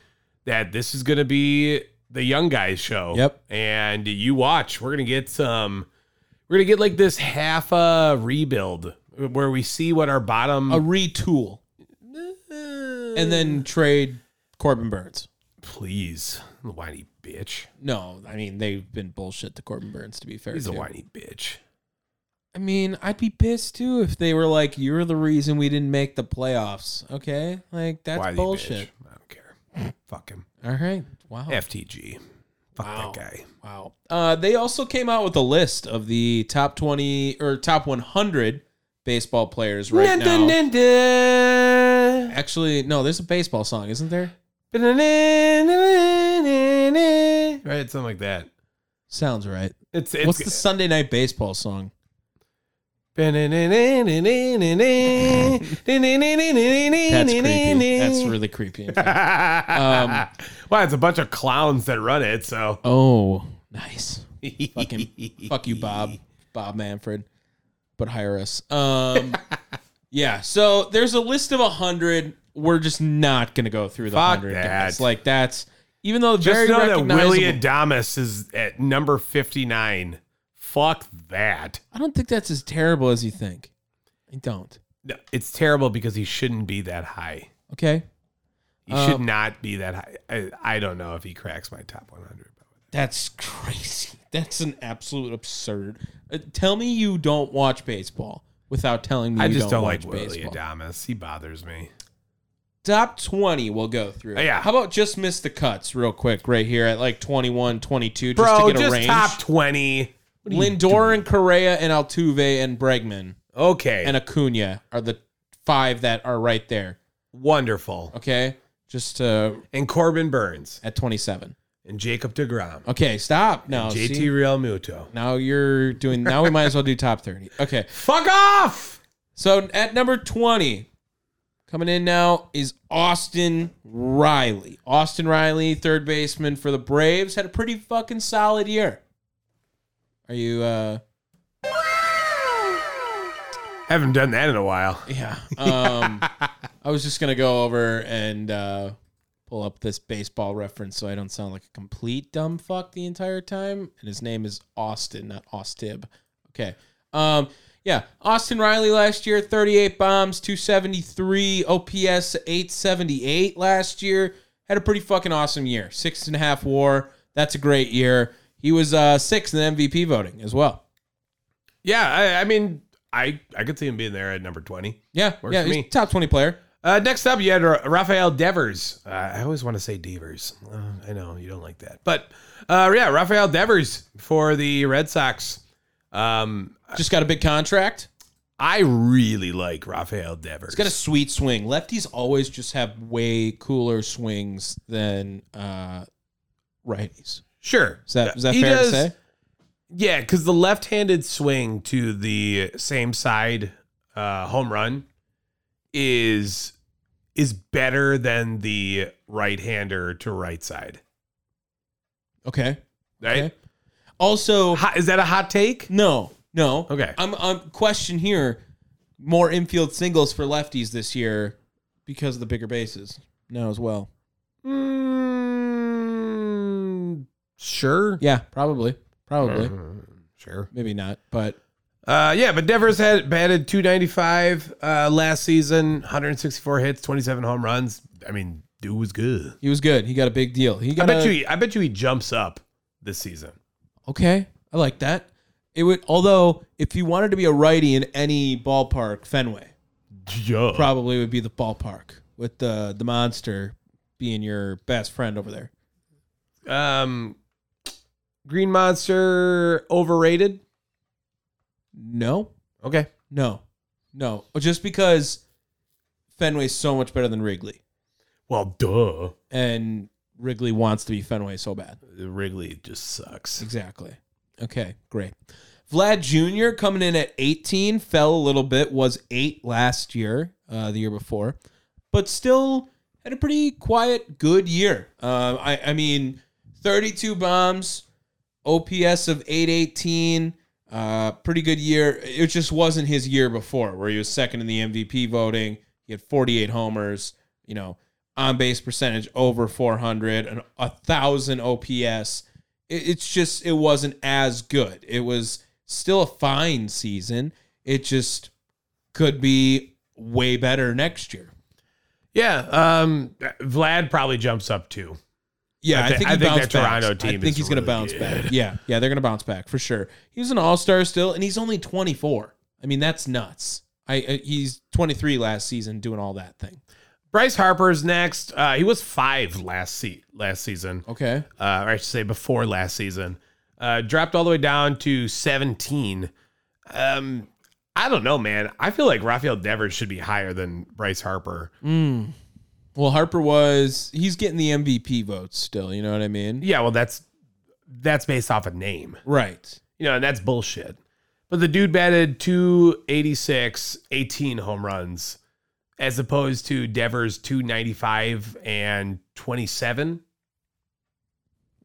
that this is going to be the young guys show.
Yep.
And you watch, we're going to get some. We're going to get like this half a rebuild where we see what our bottom.
A retool, and then trade Corbin Burns.
please, whiny bitch.
No, I mean they've been bullshit to Corbin Burns. To be fair,
He's a
too.
whiny bitch.
I mean, I'd be pissed too if they were like, "You're the reason we didn't make the playoffs." Okay, like that's
Whiny
bullshit.
Bitch. I don't care. Fuck him.
All right, wow,
FTG. Fuck
Wow.
that guy.
wow. Uh, they also came out with a list of the top twenty or top one hundred baseball players right now. Actually, no, there's a baseball song, isn't there?
Right, something like that.
Sounds right.
It's it's
What's the Sunday night baseball song? That's creepy. That's really creepy. in fact.
um, well, it's a bunch of clowns that run it. So
Oh, nice. Fucking fuck you, Bob. Bob Manfred. But hire us. Um Yeah, so there's a list of a hundred. We're just not gonna go through the
Fuck
hundred
that.
guys. Like that's even though
just
very
know that
recognizable.
Willie Adamas is at number fifty nine. Fuck that.
I don't think that's as terrible as you think. I don't.
No, It's terrible because he shouldn't be that high.
Okay.
He should not be that high. I, I don't know if he cracks my top one hundred.
That's crazy. That's an absolute absurd. Uh, tell me you don't watch baseball without telling me
I
you
just don't, like
watch
Willie
baseball.
Adamas. He bothers me.
top 20 we'll go through.
Oh, yeah.
How about just miss the cuts real quick right here at like 21, 22 just
Bro,
to
just,
get a range.
top 20.
Lindor and Correa and Altuve and Bregman
Okay.
and Acuna are the five that are right there.
Wonderful.
Okay. Just uh,
And Corbin Burns
at 27.
and Jacob DeGrom.
Okay. Stop. No.
JT
Oh, see?
Real Muto.
Now you're doing, now we might as well do top 30. Okay.
Fuck off!
So at number 20, coming in now is Austin Riley. Austin Riley, third baseman for the Braves, had a pretty fucking solid year. Are you uh
Haven't done that in a while.
yeah. Um I was just gonna go over and uh pull up this baseball reference so I don't sound like a complete dumb fuck the entire time. And his name is Austin, not Austib. Okay. Um yeah, Austin Riley last year, 38 bombs, 273, OPS 878 last year. Had a pretty fucking awesome year. Six and a half war, That's a great year. He was uh, sixth in MVP voting as well.
Yeah, I, I mean, I I could see him being there at number twenty.
Yeah,
Works
yeah,
for
he's
me.
a top twenty player.
Uh, next up, you had Ra- Rafael Devers. Uh, I always want to say Devers. Uh, I know you don't like that, but uh, yeah, Rafael Devers for the Red Sox. Um,
Just got a big contract.
I really like Rafael Devers.
He's got a sweet swing. Lefties always just have way cooler swings than uh, righties.
sure.
Is that is that
He
fair
does-
to say?
Yeah, because the left-handed swing to the same side uh, home run is is better than the right-hander to right side.
Okay.
Right?
Okay. Also,
Hot, is that a hot take?
no, no.
Okay.
I'm I'm question here. More infield singles for lefties this year because of the bigger bases now as well.
Mm, sure.
Yeah, probably, probably,
Mm-hmm. Sure.
maybe not, but
Uh, yeah, but Devers had batted 295 uh, last season, 164 hits, 27 home runs. I mean, dude was good.
he was good. He got a big deal. He
I
got
bet
a,
you. He, I bet you he jumps up this season.
Okay, I like that. It would, although if you wanted to be a righty in any ballpark, Fenway
Yeah.
probably would be the ballpark with the the monster being your best friend over there.
Um, Green Monster overrated.
No,
Okay.
no, no. Just because Fenway's so much better than Wrigley,
Well, duh.
and Wrigley wants to be Fenway so bad.
Wrigley just sucks.
Exactly. Okay, great. Vlad Jr. coming in at 18, fell a little bit, was eight last year, uh, the year before, but still had a pretty quiet, good year. Uh, I, I mean, 32 bombs, OPS of 818, uh, pretty good year. It just wasn't his year before, where he was second in the MVP voting. He had 48 homers, you know, on base percentage over 400, and a thousand OPS it, it's just it wasn't as good. It was still a fine season. It just could be way better next year.
Yeah. Um, Vlad probably jumps up too.
Yeah,
I
I,
thi-
think
I
he
think
bounced
that
back.
Toronto team
I think
is
he's going to
really
bounce
good.
back. Yeah, yeah, they're going to bounce back for sure. He's an all star still, and he's only 24. I mean, that's nuts. I, I he's 23 last season doing all that thing.
Bryce Harper's next. Uh, he was five last se- last season.
Okay,
uh, or I should say before last season, uh, dropped all the way down to 17. Um, I don't know, man. I feel like Rafael Devers should be higher than Bryce Harper.
Hmm. well Harper was he's getting the MVP votes still. You know what I mean?
Yeah, well, that's that's based off a name,
Right.
you know, and that's bullshit. But the dude batted 286, 18 home runs, as opposed to Devers 295 and 27.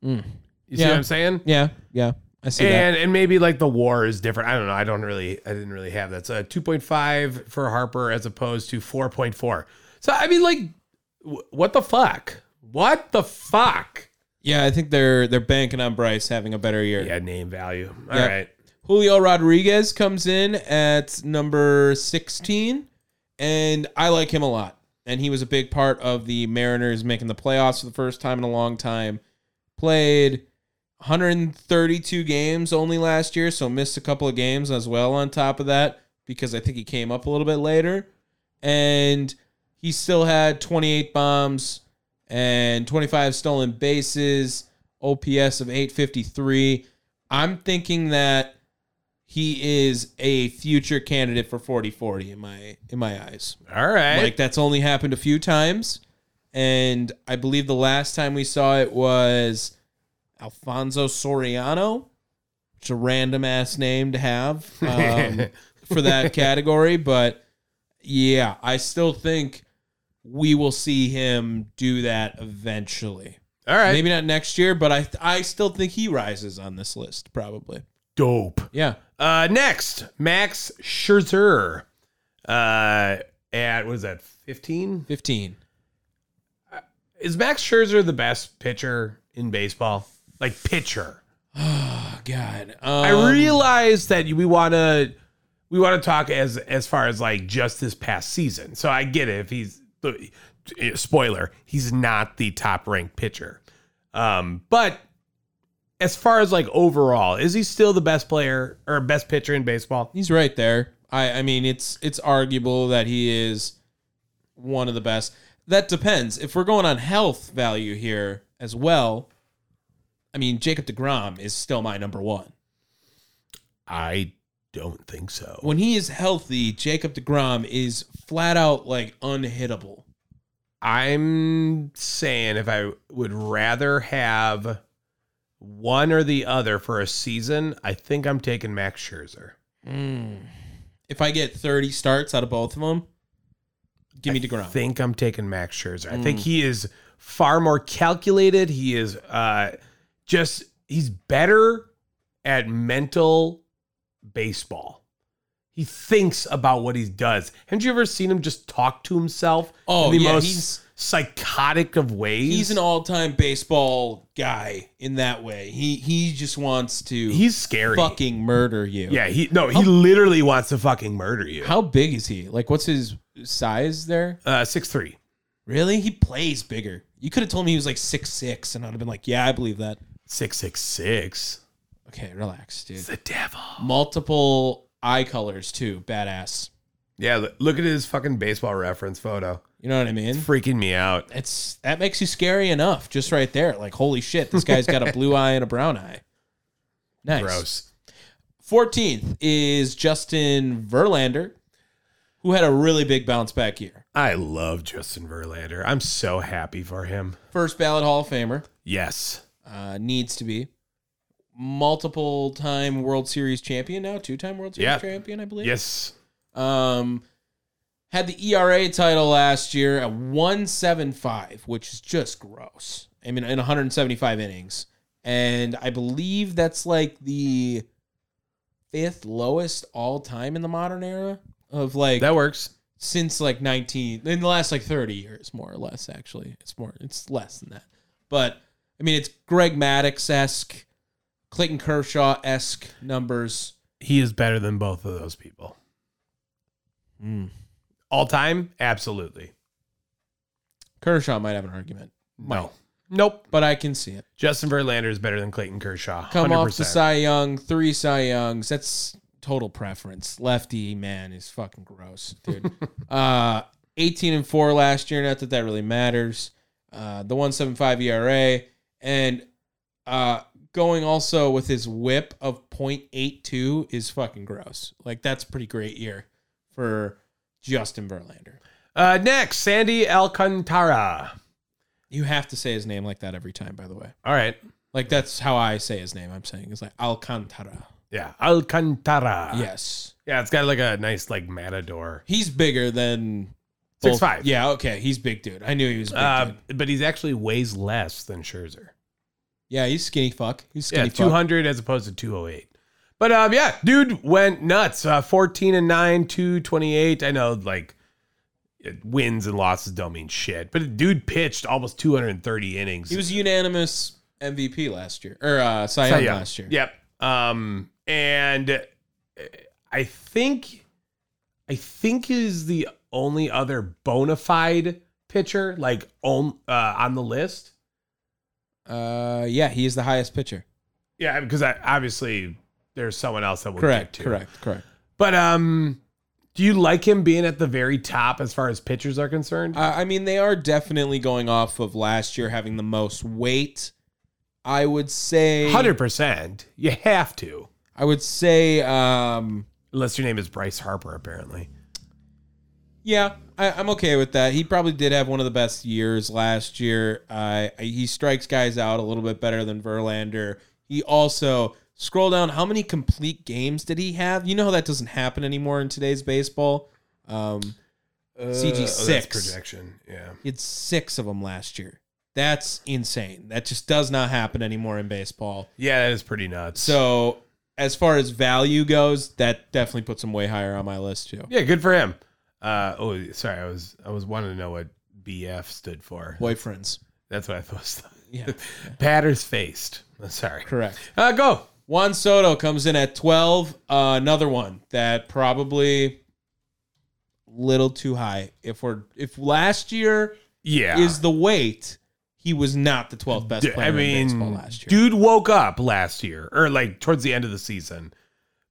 Mm.
You see
Yeah.
what I'm saying?
Yeah, yeah, I see that.
and and maybe like the war is different. I don't know. I don't really. I didn't really have that. So two point five for Harper as opposed to four point four. So I mean, like, wh- what the fuck? What the fuck?
Yeah, I think they're they're banking on Bryce having a better year.
Yeah, name value. All right.
Yeah. Julio Rodriguez comes in at number 16, and I like him a lot. And he was a big part of the Mariners making the playoffs for the first time in a long time. Played 132 games only last year, so missed a couple of games as well on top of that because I think he came up a little bit later. And he still had 28 bombs and 25 stolen bases, OPS of 853. I'm thinking that he is a future candidate for 40-40 in my in my eyes.
All right.
Like that's only happened a few times, and I believe the last time we saw it was Alfonso Soriano, which is a random ass name to have um, for that category. But yeah, I still think we will see him do that eventually.
All right.
Maybe not next year, but I I still think he rises on this list probably.
dope.
Yeah.
Uh, next, Max Scherzer. Uh, at what is that? Fifteen.
15.
Is Max Scherzer the best pitcher in baseball? Like pitcher.
Oh god. Um,
I realize that we want to we want to talk as as far as like just this past season. So I get it if he's eh, spoiler, he's not the top ranked pitcher. Um, but as far as like overall, is he still the best player or best pitcher in baseball?
He's right there. I, I mean, it's it's arguable that he is one of the best. That depends. If we're going on health value here as well, I mean, Jacob DeGrom is still my number one.
I don't think so.
When he is healthy, Jacob DeGrom is flat out like unhittable.
I'm saying if I would rather have one or the other for a season, I think I'm taking Max Scherzer. Hmm.
If I get 30 starts out of both of them, give me DeGrom. Mm.
I think I'm taking Max Scherzer. I think he is far more calculated. He is uh, just he's better at mental baseball. He thinks about what he does. Haven't you ever seen him just talk to himself
Oh,
in the
yeah,
most
he's-
psychotic of ways?
he's an all-time baseball guy in that way. He he just wants to
he's scary.
fucking murder you. Oh.
yeah, he no, he literally wants to fucking murder you.
How big is he? Like, what's his size there?
Uh, six three.
Really? He plays bigger. You could have told me he was like six six, and I'd have been like, yeah, I believe that.
Six six six.
Okay, relax, dude.
The devil.
Multiple eye colors too. Badass.
Yeah, look- look at his fucking baseball reference photo.
You know what I mean?
Freaking me out.
It's that makes you scary enough just right there. Like, holy shit, this guy's got a blue eye and a brown eye. Nice.
Gross.
14th is Justin Verlander, who had a really big bounce back year.
I love Justin Verlander. I'm so happy for him.
First ballot Hall of Famer,
Yes.
uh, needs to be. Multiple time World Series champion now, two time World Series
Yeah.
champion, I believe.
Yes.
Um, had the ERA title last year at 175, which is just gross. I mean, in 175 innings. And I believe that's like the fifth lowest all time in the modern era of like
That works.
since like 19 in the last like 30 years more or less actually it's more it's less than that but i mean it's greg maddox-esque clayton kershaw-esque numbers
He is better than both of those people. All time? Absolutely.
kershaw might have an argument
No. Nope.
but i can see it
Justin Verlander is better than Clayton Kershaw.
come
100%.
off the cy young three cy youngs that's total preference lefty man is fucking gross dude uh 18 and 4 last year not that that really matters uh the 175 era and Uh, going also with his whip of 0.82 is fucking gross. Like that's a pretty great year for Justin Verlander.
Uh, next, Sandy Alcantara.
You have to say his name like that every time, by the way.
All right.
Like that's how I say his name. I'm saying it's like Alcantara.
Yeah. Alcantara.
Yes,
Yeah. It's got like a nice, like, matador.
he's bigger than both-
6'5".
Yeah, okay, he's big dude. I knew he was a big.
Uh,
dude.
but he's actually weighs less than Scherzer.
Yeah, he's skinny fuck. He's
Yeah,
skinny
two
fuck.
hundred as opposed to two hundred eight. But um, yeah, dude went nuts. Uh, Fourteen and nine, two twenty eight. I know, like it- wins and losses don't mean shit, but dude pitched almost two hundred and thirty innings.
He was unanimous MVP last year or uh, Cy
So,
Young
yeah.
last year.
Yep. Um, and uh, I think, I think is the only other bona fide pitcher like on uh, on the list.
Uh, yeah, he is the highest pitcher.
Yeah, because I, obviously there's someone else that we'll
Correct.
get to.
Correct. Correct.
But um, do you like him being at the very top as far as pitchers are concerned?
Uh, I mean, they are definitely going off of last year having the most weight. I would say.
Hundred percent. You have to,
I would say. Um,
unless your name is Bryce Harper. Apparently,
yeah, I, I'm okay with that. He probably did have one of the best years last year. Uh, he strikes guys out a little bit better than Verlander. He also scroll down. How many complete games did he have? You know how that doesn't happen anymore in today's baseball. Um, CG
Uh, oh, that's
six.
projection. Yeah,
He had six of them last year. That's insane. That just does not happen anymore in baseball.
yeah, that is pretty nuts.
So as far as value goes, that definitely puts him way higher on my list too.
yeah, good for him. Uh, oh, sorry, I was I was wanting to know what BF stood for.
Boyfriends.
That's what I thought.
Yeah,
Patter's faced. I'm Sorry.
correct.
Uh, go.
Juan Soto comes in at 12. Uh, another one that probably little too high. If we're if last year
Yeah.
is the weight, he he was not the 12th best
D-
player
I
in
mean,
baseball last year.
dude woke up last year or like towards the end of the season,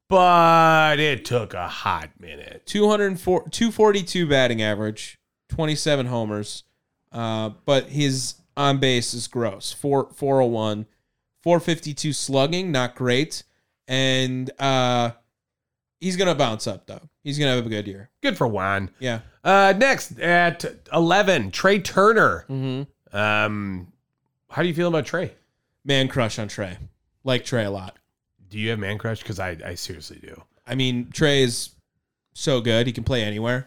but it took a hot minute.
204 242 batting average, 27 homers. Uh, but his on base is gross. oh 4 401, 452 slugging, not great. And uh he's going to bounce up though. He's going to have a good year.
Good for Juan.
Yeah.
Uh, next at eleven, Trey Turner.
Mhm.
Um, how do you feel about Trey?
Man crush on Trey. Like Trey a lot.
Do you have man crush? Because I, I seriously do.
I mean, Trey is so good. He can play anywhere.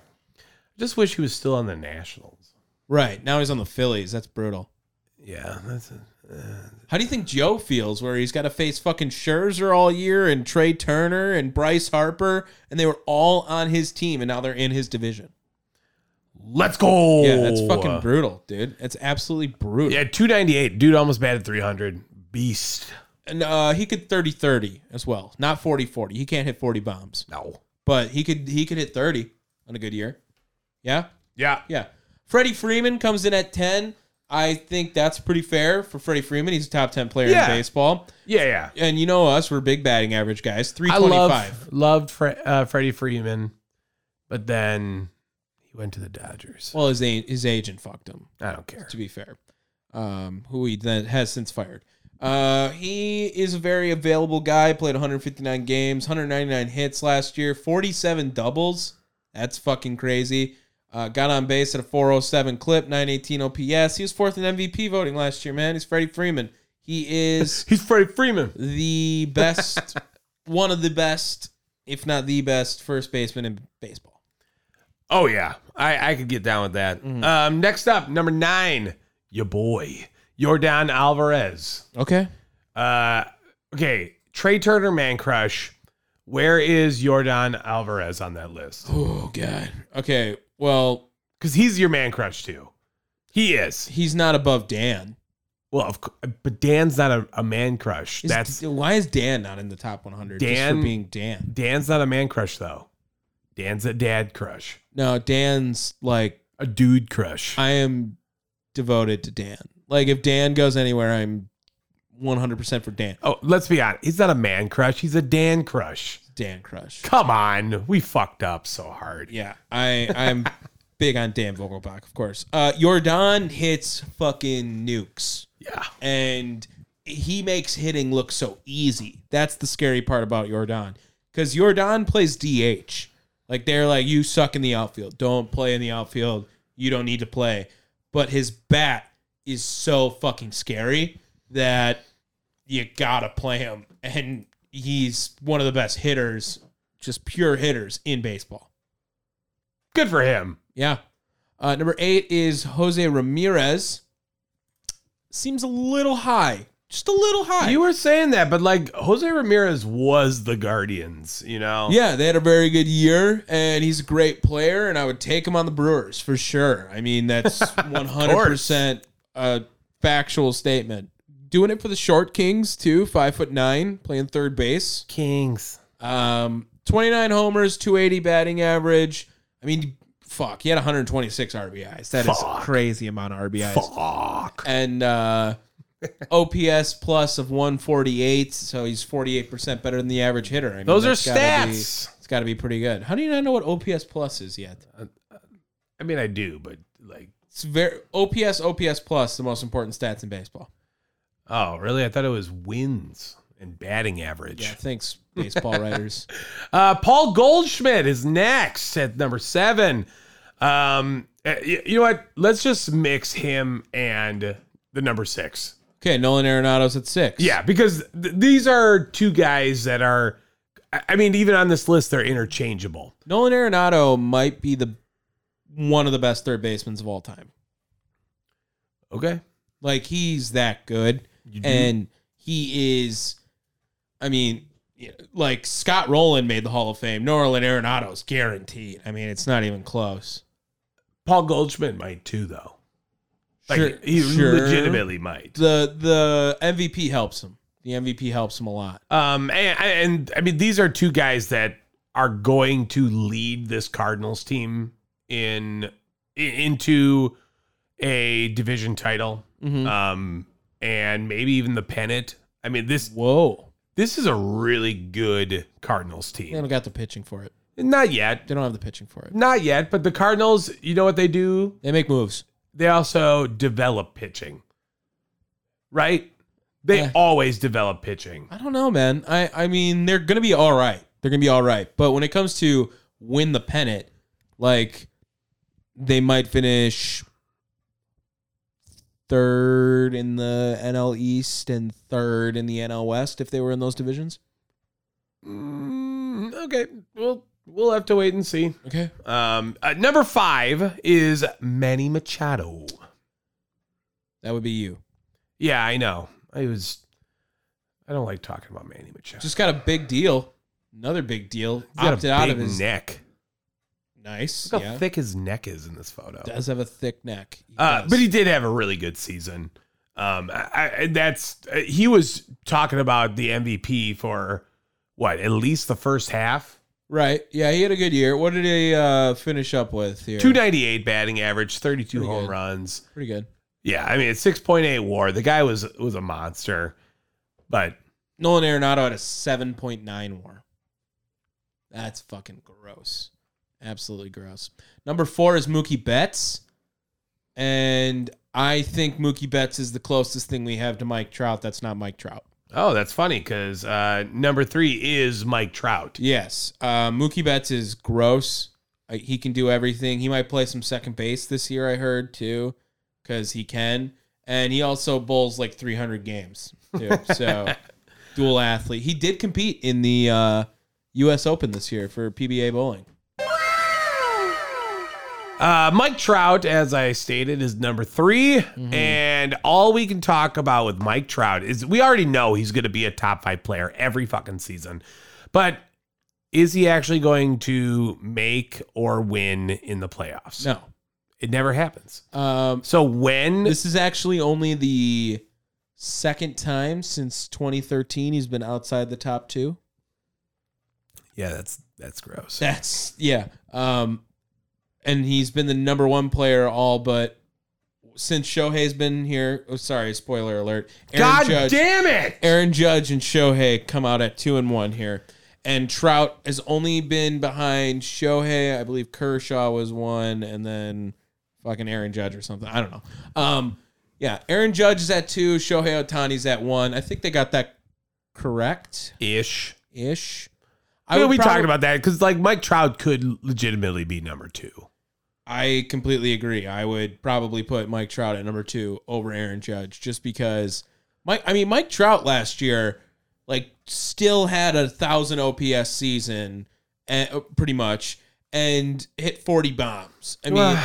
Just wish he was still on the Nationals.
Right. Now he's on the Phillies. That's brutal.
Yeah, that's a,
How do you think Joe feels where he's got to face fucking Scherzer all year and Trey Turner and Bryce Harper and they were all on his team and now they're in his division?
let's go.
Yeah, that's fucking brutal, dude. That's absolutely brutal.
Oh. Yeah, two ninety eight. Dude almost batted three hundred. Beast.
And uh, he could 30 30 as well, not 40 40. He can't hit 40 bombs,
No.
but he could he could hit 30 on a good year. Yeah?
Yeah.
Yeah. Freddie Freeman comes in at 10. I think that's pretty fair for Freddie Freeman. He's a top 10 player
Yeah.
in baseball.
Yeah. Yeah.
And you know us, we're big batting average guys.
I
325.
love loved Fre- uh, Freddie Freeman, but then he went to the Dodgers.
Well, his a- his agent fucked him.
I don't care.
To be fair, um, who he then has since fired. Uh, he is a very available guy. Played 159 games, 199 hits last year, 47 doubles. That's fucking crazy. Uh, got on base at a 407 clip, 918 OPS. He was fourth in MVP voting last year. Man, he's Freddie Freeman. He is
He's Freddie Freeman.
the best, one of the best, if not the best, first baseman in baseball.
Oh yeah, I I could get down with that.
Mm.
Um, next up, number nine, your boy Jordan Alvarez.
Okay.
Uh, okay, Trey Turner, man crush. Where is Jordan Alvarez on that list?
Oh god. Okay. Well,
Because he's your man crush too. He is.
he's not above Dan.
Well, of cou- but Dan's not a, a man crush.
Is-
That's
why is Dan not in the top 100? just
Dan-
for being Dan.
Dan's not a man crush though. Dan's a dad crush.
No, Dan's like
a dude crush.
I am devoted to Dan. Like if Dan goes anywhere, I'm 100 percent for Dan.
oh, let's be honest. He's not a man crush. He's a Dan crush.
Dan crush.
Come on. We fucked up so hard.
Yeah, I I'm big on Dan Vogelbach, of course. Uh, Jordan hits fucking nukes.
Yeah.
and he makes hitting look so easy. That's the scary part about Jordan because Jordan plays DH. Like they're like, you suck in the outfield. Don't play in the outfield. You don't need to play. But his bat is so fucking scary that you gotta play him. And he's one of the best hitters, just pure hitters in baseball.
Good for him.
Yeah. Uh, number eight is Jose Ramirez. Seems a little high, just a little high.
You were saying that, but like Jose Ramirez was the Guardians, you know?
yeah, they had a very good year, and he's a great player, and I would take him on the Brewers for sure. I mean, that's one hundred percent a factual statement. Doing it for the Short Kings too, five foot nine, playing third base.
Kings.
Um, 29 homers, 280 batting average. I mean, fuck, he had 126 RBIs. That is
Fuck.
a crazy amount of RBIs.
Fuck.
and uh, OPS plus of 148. So he's 48% better than the average hitter. I mean,
Those are
that's gotta be-
stats.
it's got to be pretty good. How do you not know what OPS plus is yet?
I mean, I do, but like,
It's very OPS, OPS plus, the most important stats in baseball.
oh, really? I thought it was wins and batting average.
Yeah, thanks, baseball writers.
Uh, Paul Goldschmidt is next at number seven. Um, uh, y- you know what? Let's just mix him and the number six.
Okay, Nolan Arenado's at six.
Yeah, because th- these are two guys that are, I I mean, even on this list, they're interchangeable.
Nolan Arenado might be the one of the best third basemen of all time.
Okay.
Like he's that good,
You do?
and he is. I mean, yeah, like Scott Rowland made the Hall of Fame. Norlin Arenado's guaranteed. I mean, it's not even close.
Paul Goldschmidt might too, though. Like,
Sure-
he
sure.
legitimately might.
The the MVP helps him. The MVP helps him a lot.
Um, and, and I mean, these are two guys that are going to lead this Cardinals team in i- into a division title, um, and maybe even the pennant. I mean this
Whoa.
this is a really good Cardinals
They
team.
don't got the pitching for it.
Not yet,
They don't have the pitching for it.
not yet. But the Cardinals, you know what they do?
They make moves.
They also develop pitching, right? They
Yeah.
always develop pitching.
I don't know, man. I, I mean, they're gonna be all right. They're gonna be all right. But when it comes to win the pennant, like they might finish third in the NL East and third in the NL West if they were in those divisions.
Mm, okay, well we'll have to wait and see.
Okay.
Um, uh, number five is Manny Machado.
That would be you.
Yeah, I know. I was. I don't like talking about Manny Machado.
Just got a big deal. Another big deal. He
Got a
opted out of
big
his
neck.
nice.
Look how
yeah.
thick his neck is in this photo.
Does have a thick neck. He
Uh,
does.
but he did have a really good season. Um, I, I, and that's uh, he was talking about the MVP for what at least the first half.
right. Yeah, he had a good year. What did he uh, finish up with here?
Two ninety eight batting average, thirty two
Pretty
home
good.
runs.
Pretty good.
Yeah, I mean it's six point eight WAR. The guy was was a monster, but
Nolan Arenado had a 7.9 war. That's fucking gross. Absolutely gross. Number four is Mookie Betts. And I think Mookie Betts is the closest thing we have to Mike Trout. That's not Mike Trout.
Oh, that's funny because uh, number three is Mike Trout.
Yes. Uh, Mookie Betts is gross. Uh, he can do everything. He might play some second base this year, I heard, too, because he can. And he also bowls like 300 games, too. So, dual athlete. He did compete in the uh, U.S. Open this year for PBA bowling.
Uh, Mike Trout, as I stated, is number 3
Mm-hmm.
And all we can talk about with Mike Trout is we already know he's going to be a top five player every fucking season. But is he actually going to make or win in the playoffs?
No.
It never happens.
Um,
So when.
this is actually only the second time since 2013 he's been outside the top two.
yeah, that's that's gross.
That's yeah. Um, and he's been the number one player all but since Shohei's been here. Oh, sorry, spoiler alert. Aaron
God
Judge,
damn it!
Aaron Judge and Shohei come out at two and one here, and Trout has only been behind Shohei. I believe Kershaw was one, and then fucking Aaron Judge or something. I don't know. Um, yeah, Aaron Judge is at two. Shohei Otani's at one. I think they got that correct
Ish.
ish.
I mean,
would
we talked
probably-
about that because like Mike Trout could legitimately be number two.
I completely agree. I would probably put Mike Trout at number two over Aaron Judge just because Mike. I mean, Mike Trout last year, like, still had a thousand OPS season, and, pretty much, and hit forty bombs. I mean,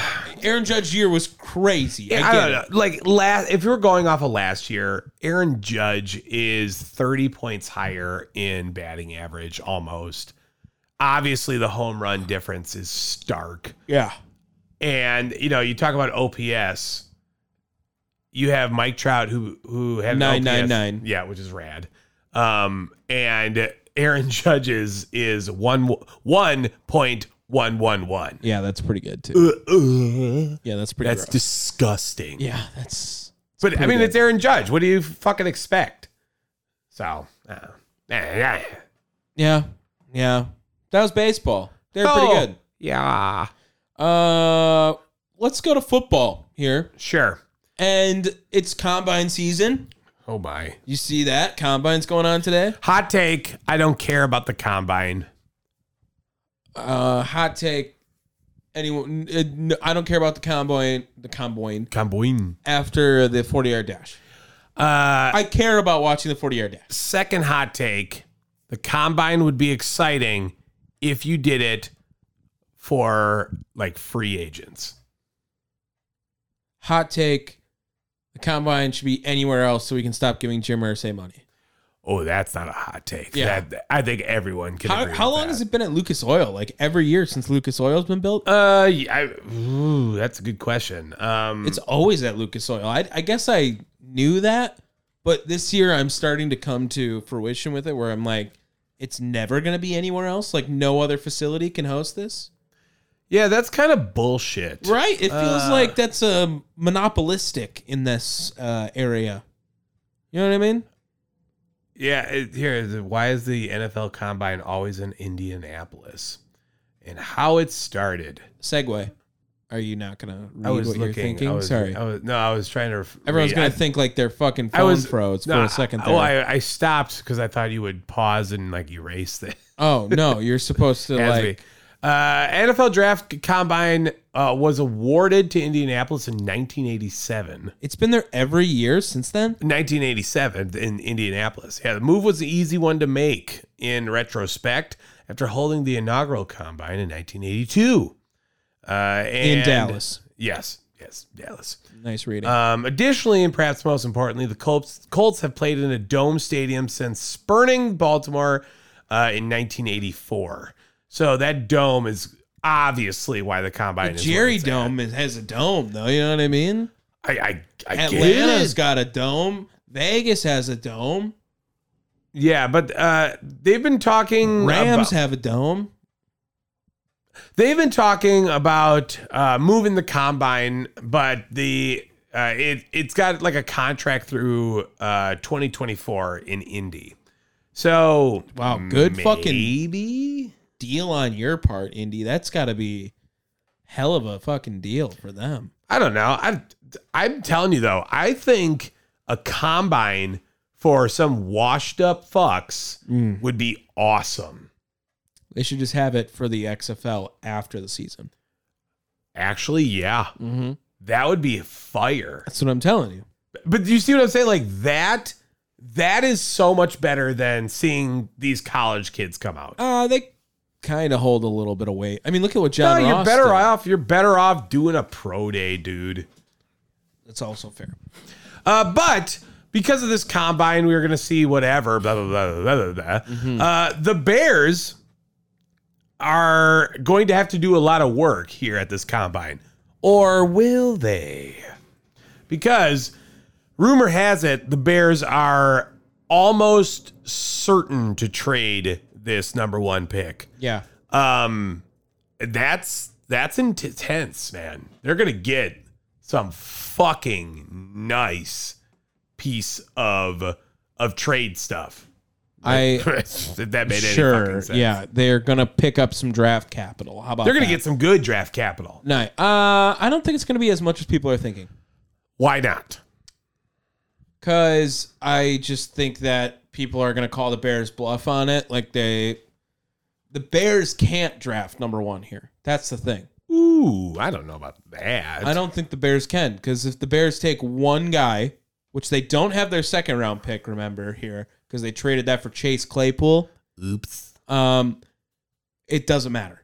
Aaron Judge year was crazy. I,
I,
get
don't
it.
know. Like last, if you're going off of last year, Aaron Judge is 30 points higher in batting average almost. Obviously, the home run difference is stark.
Yeah,
And you know, you talk about OPS. You have Mike Trout who who had an
Nine,
OPS
nine, nine.
yeah, which is rad. Um, and Aaron Judge is is one one point one one one.
yeah, that's pretty good too. Yeah, that's pretty.
That's
gross.
disgusting.
yeah, that's
But I mean,
good.
it's Aaron Judge. What do you fucking expect? So, uh, yeah, yeah.
yeah, yeah. That was baseball. They're pretty good.
Oh, Yeah,
Uh, let's go to football here.
sure.
and it's combine season.
Oh my.
You see that combine's going on today.
Hot take. I don't care about the combine.
Uh, hot take. Anyone? uh, no, I don't care about the combine. The combine
Combine.
after the forty-yard dash.
Uh,
I care about watching the forty-yard dash.
second hot take. The combine would be exciting if you did it for like free agents.
Hot take. The combine should be anywhere else, so we can stop giving Jim Irsay money.
Oh, that's not a hot take.
Yeah.
That, I think everyone can.
How,
agree
how
with
long
that.
has it been at Lucas Oil? Like every year since Lucas Oil's been built,
Uh, yeah, I, ooh, that's a good question. Um,
it's always at Lucas Oil. I, I guess I knew that, but this year I'm starting to come to fruition with it where I'm like, it's never going to be anywhere else. Like, no other facility can host this.
Yeah, that's kind of bullshit.
Right? It feels
Uh.
like that's um, monopolistic in this uh, area. You know what I mean?
Yeah, it, here. the- Why is the NFL Combine always in Indianapolis? And how it started.
Segue. Are you not gonna read
I was
what
looking.
you're thinking?
I was,
Sorry,
I was, no, I was trying to. ref-
everyone's
read.
gonna
I-
think like their fucking phone
I was
froze for
no,
a second
I-
there.
Well, I, I stopped because I thought you would pause and like erase this.
oh no, you're supposed to
As
like.
we- Uh, NFL Draft Combine uh, was awarded to Indianapolis in 1987.
It's been there every year since then.
1987 in Indianapolis. Yeah, the move was an easy one to make in retrospect after holding the inaugural combine in 1982. Uh,
In
and-
Dallas.
Yes, yes, Dallas.
Nice reading.
Um, additionally, and perhaps most importantly, the Colts, Colts have played in a dome stadium since spurning Baltimore uh, in 1984. So that dome is obviously why the combine is. where
Jerry
it's at.
Dome is, has a dome though. You know what I mean?
I, I, I get it.
Atlanta's got a dome. Vegas has a dome.
Yeah, but uh, they've been talking.
Rams
about-
have a dome.
They've been talking about uh, moving the combine, but the uh, it it's got like a contract through uh, 2024 in Indy. So
Wow, good
maybe?
fucking- Deal on your part, Indy. That's got to be hell of a fucking deal for them.
I don't know. I I'm telling you though, I think a combine for some washed up fucks
Mm.
would be awesome.
They should just have it for the XFL after the season.
Actually, yeah,
Mm-hmm.
that would be fire.
That's what I'm telling you.
But do you see what I'm saying? Like that that is so much better than seeing these college kids come out.
Uh, they kind of hold a little bit of weight. I mean, look at what
No,
John
you're
Ross
better
did.
off. You're better off doing a pro day, dude.
That's also fair.
Uh, but because of this combine, we were going to see whatever. Blah blah blah blah blah. blah. Uh, the Bears are going to have to do a lot of work here at this combine, or will they? Because rumor has it the Bears are almost certain to trade this number one pick.
Yeah.
Um, that's that's intense, man. They're gonna get some fucking nice piece of of trade stuff.
I
if that made any
sure.
fucking sense.
Yeah, they're gonna pick up some draft capital. How about
they're gonna
that?
get some good draft capital.
No, uh, I don't think it's gonna be as much as people are thinking.
Why not?
Cause I just think that people are gonna call the Bears bluff on it. Like they, the Bears can't draft number one here. That's the thing.
Ooh, I don't know about that.
I don't think the Bears can because if the Bears take one guy, which they don't have their second round pick, remember here because they traded that for Chase Claypool.
Oops.
Um, it doesn't matter,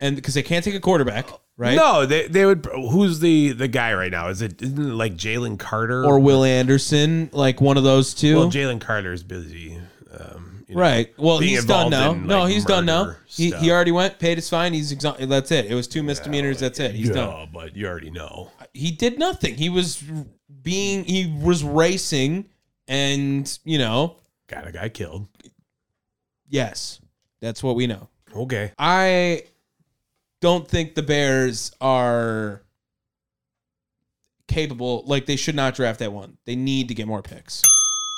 and because they can't take a quarterback, right?
No, they they would. Who's the the guy right now? Is it isn't it like Jalen Carter
Or Will Anderson, like one of those two,
well, Jalen Carter's busy. Um, you know.
right? Well,
being
he's done
involved
now.
in,
no,
like,
he's done now.
murder
He,
stuff.
he already went, paid his fine. He's exon- that's it. It was two misdemeanors. that's it. He's
yeah,
done.
but you already know.
He did nothing. He was being, he was racing, and you know,
Got a guy killed.
yes, that's what we know.
Okay.
I don't think the Bears are capable. Like they should not draft that one. They need to get more picks.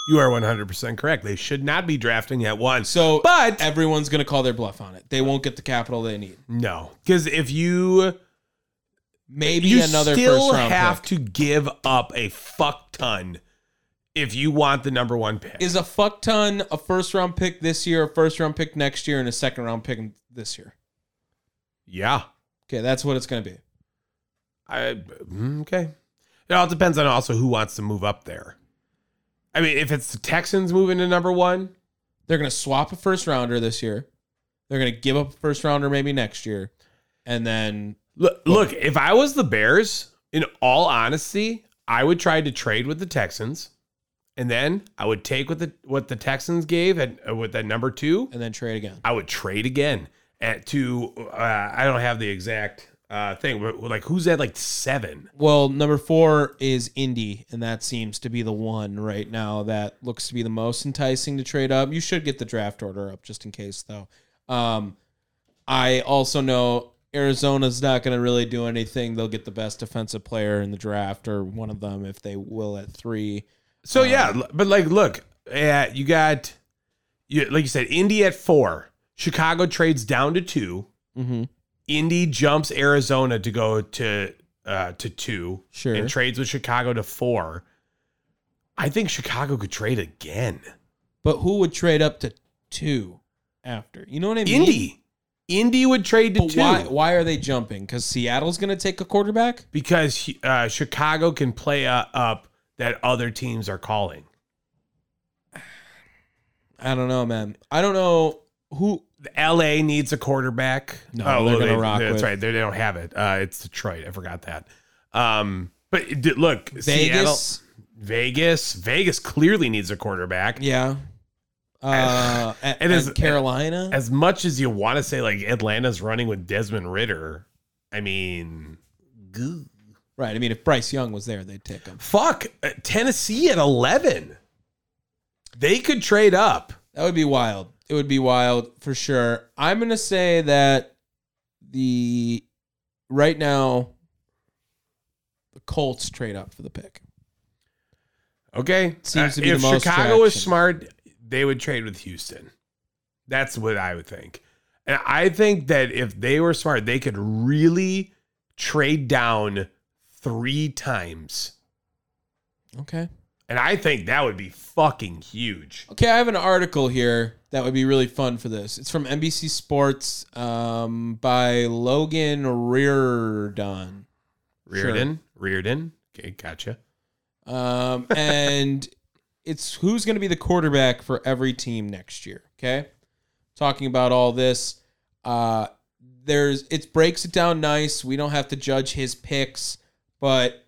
You are 100% correct. They should not be drafting at once.
So,
But-
everyone's going to call their bluff on it. They won't get the capital they need.
no, because if you
Maybe
you
another
still
first round
have
pick
to give up a fuck ton if you want the number one pick.
is a fuck ton a first round pick this year, a first round pick next year, and a second round pick this year.
yeah.
Okay, that's what it's going to be.
I mm, okay. It all depends on also who wants to move up there. I mean, if it's the Texans moving to number one,
They're going to swap a first rounder this year. They're going to give up a first rounder maybe next year, and then
look, look. If I was the Bears, in all honesty, I would try to trade with the Texans, and then I would take what the what the Texans gave at uh, with that number two,
and then trade again.
I would trade again at to uh, I don't have the exact uh, thing, but like who's at like seven?
Well, number four is Indy, and that seems to be the one right now that looks to be the most enticing to trade up. You should get the draft order up just in case, though. Um, I also know Arizona's not going to really do anything. They'll get the best defensive player in the draft or one of them if they will at three.
So yeah, l- but like, look, uh, you got, you, like you said, Indy at four. Chicago trades down to two.
Mhm.
Indy jumps Arizona to go to uh, to two.
Sure.
and trades with Chicago to four. I think Chicago could trade again.
But who would trade up to two after? You know what I mean?
Indy, Indy would trade to
But
two
why, why are they jumping? Because Seattle's going to take a quarterback?
because uh, Chicago can play uh, up that other teams are calling.
I don't know, man. I don't know who.
LA needs a quarterback. Oh,
No, they're gonna
they-
rock
That's
with-
right. They, they don't have it. Uh, it's Detroit. I forgot that. Um, but it did- look, Vegas, Seattle,
Vegas?
Vegas, Vegas clearly needs a quarterback.
Yeah. Uh, and,
It is-
and Carolina.
As much as you want to say like Atlanta's running with Desmond Ritter, I mean, goo.
right. I mean, if Bryce Young was there, they'd take him.
fuck uh, Tennessee at eleven. They could trade up.
That would be wild. It would be wild for sure. I'm going to say that the right now, the Colts trade up for the pick.
Okay,
Seems to be
Uh, if
the most
Chicago was
traction.
smart, they would trade with Houston. That's what I would think, and I think that if they were smart, they could really trade down three times,
Okay.
and I think that would be fucking huge.
Okay, I have an article here that would be really fun for this. It's from NBC Sports um, by Logan Reardon.
Reardon, Reardon. Okay, gotcha.
Um, and it's who's going to be the quarterback for every team next year. Okay. Talking about all this, uh, there's it breaks it down nice. We don't have to judge his picks, but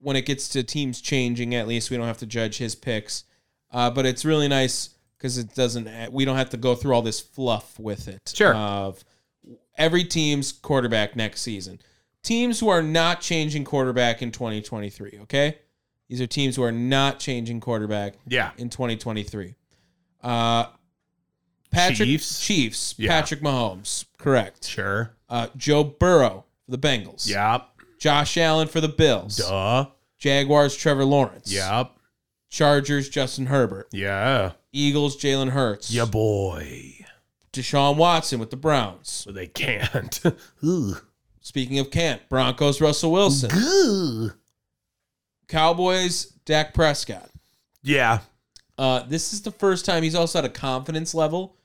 when it gets to teams changing, at least we don't have to judge his picks. Uh, but it's really nice because it doesn't. We don't have to go through all this fluff with it.
Sure.
Of every team's quarterback next season. Teams who are not changing quarterback in 2023. Okay, these are teams who are not changing quarterback
Yeah,
in 2023. Uh, Patrick
Chiefs?
Chiefs
Yeah.
Patrick Mahomes, correct.
sure.
Uh, Joe Burrow for the Bengals.
Yep.
Josh Allen for the Bills.
Duh.
Jaguars Trevor Lawrence.
Yep.
Chargers Justin Herbert.
Yeah.
Eagles Jalen Hurts.
Yeah, boy.
Deshaun Watson with the Browns.
But they can't.
Speaking of camp, Broncos Russell Wilson. Cowboys Dak Prescott.
yeah.
Uh, this is the first time he's also at a confidence level.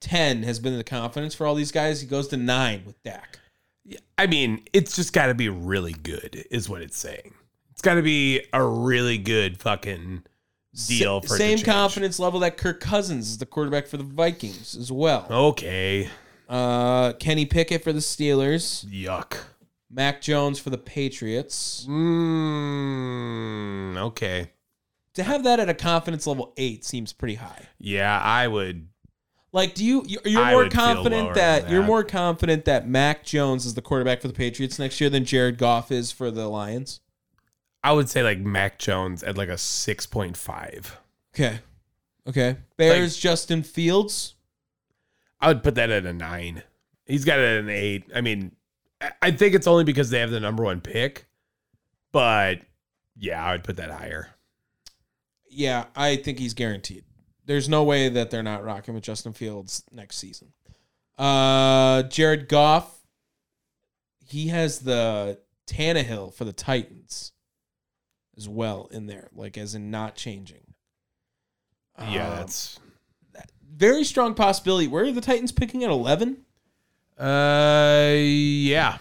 10 has been the confidence for all these guys. He goes to 9 with Dak.
I mean, it's just got to be really good, is what it's saying. It's got to be a really good fucking
Sa-
deal for it to
same
change.
confidence level that Kirk Cousins is the quarterback for the Vikings as well.
Okay.
Uh, Kenny Pickett for the Steelers,
Yuck.
Mac Jones for the Patriots.
Mm, okay.
To have that at a confidence level 8 seems pretty high.
Yeah, I would.
Like, do you you're- you're
I
more
would feel
confident
lower
that,
than
you're
that.
more confident that Mac Jones is the quarterback for the Patriots next year than Jared Goff is for the Lions?
I would say like Mac Jones at like a six point five.
Okay, okay. Bears Justin Fields.
I would put that at a nine. He's got it at an eight. I mean, I- I think it's only because they have the number one pick, but yeah, I would put that higher.
Yeah, I think he's guaranteed. There's no way that they're not rocking with Justin Fields next season. Uh, Jared Goff. He has the Tannehill for the Titans as well in there, like as in not changing.
Yeah,
Um,
that's
very strong possibility. Where are the Titans picking at eleven?
uh, yeah.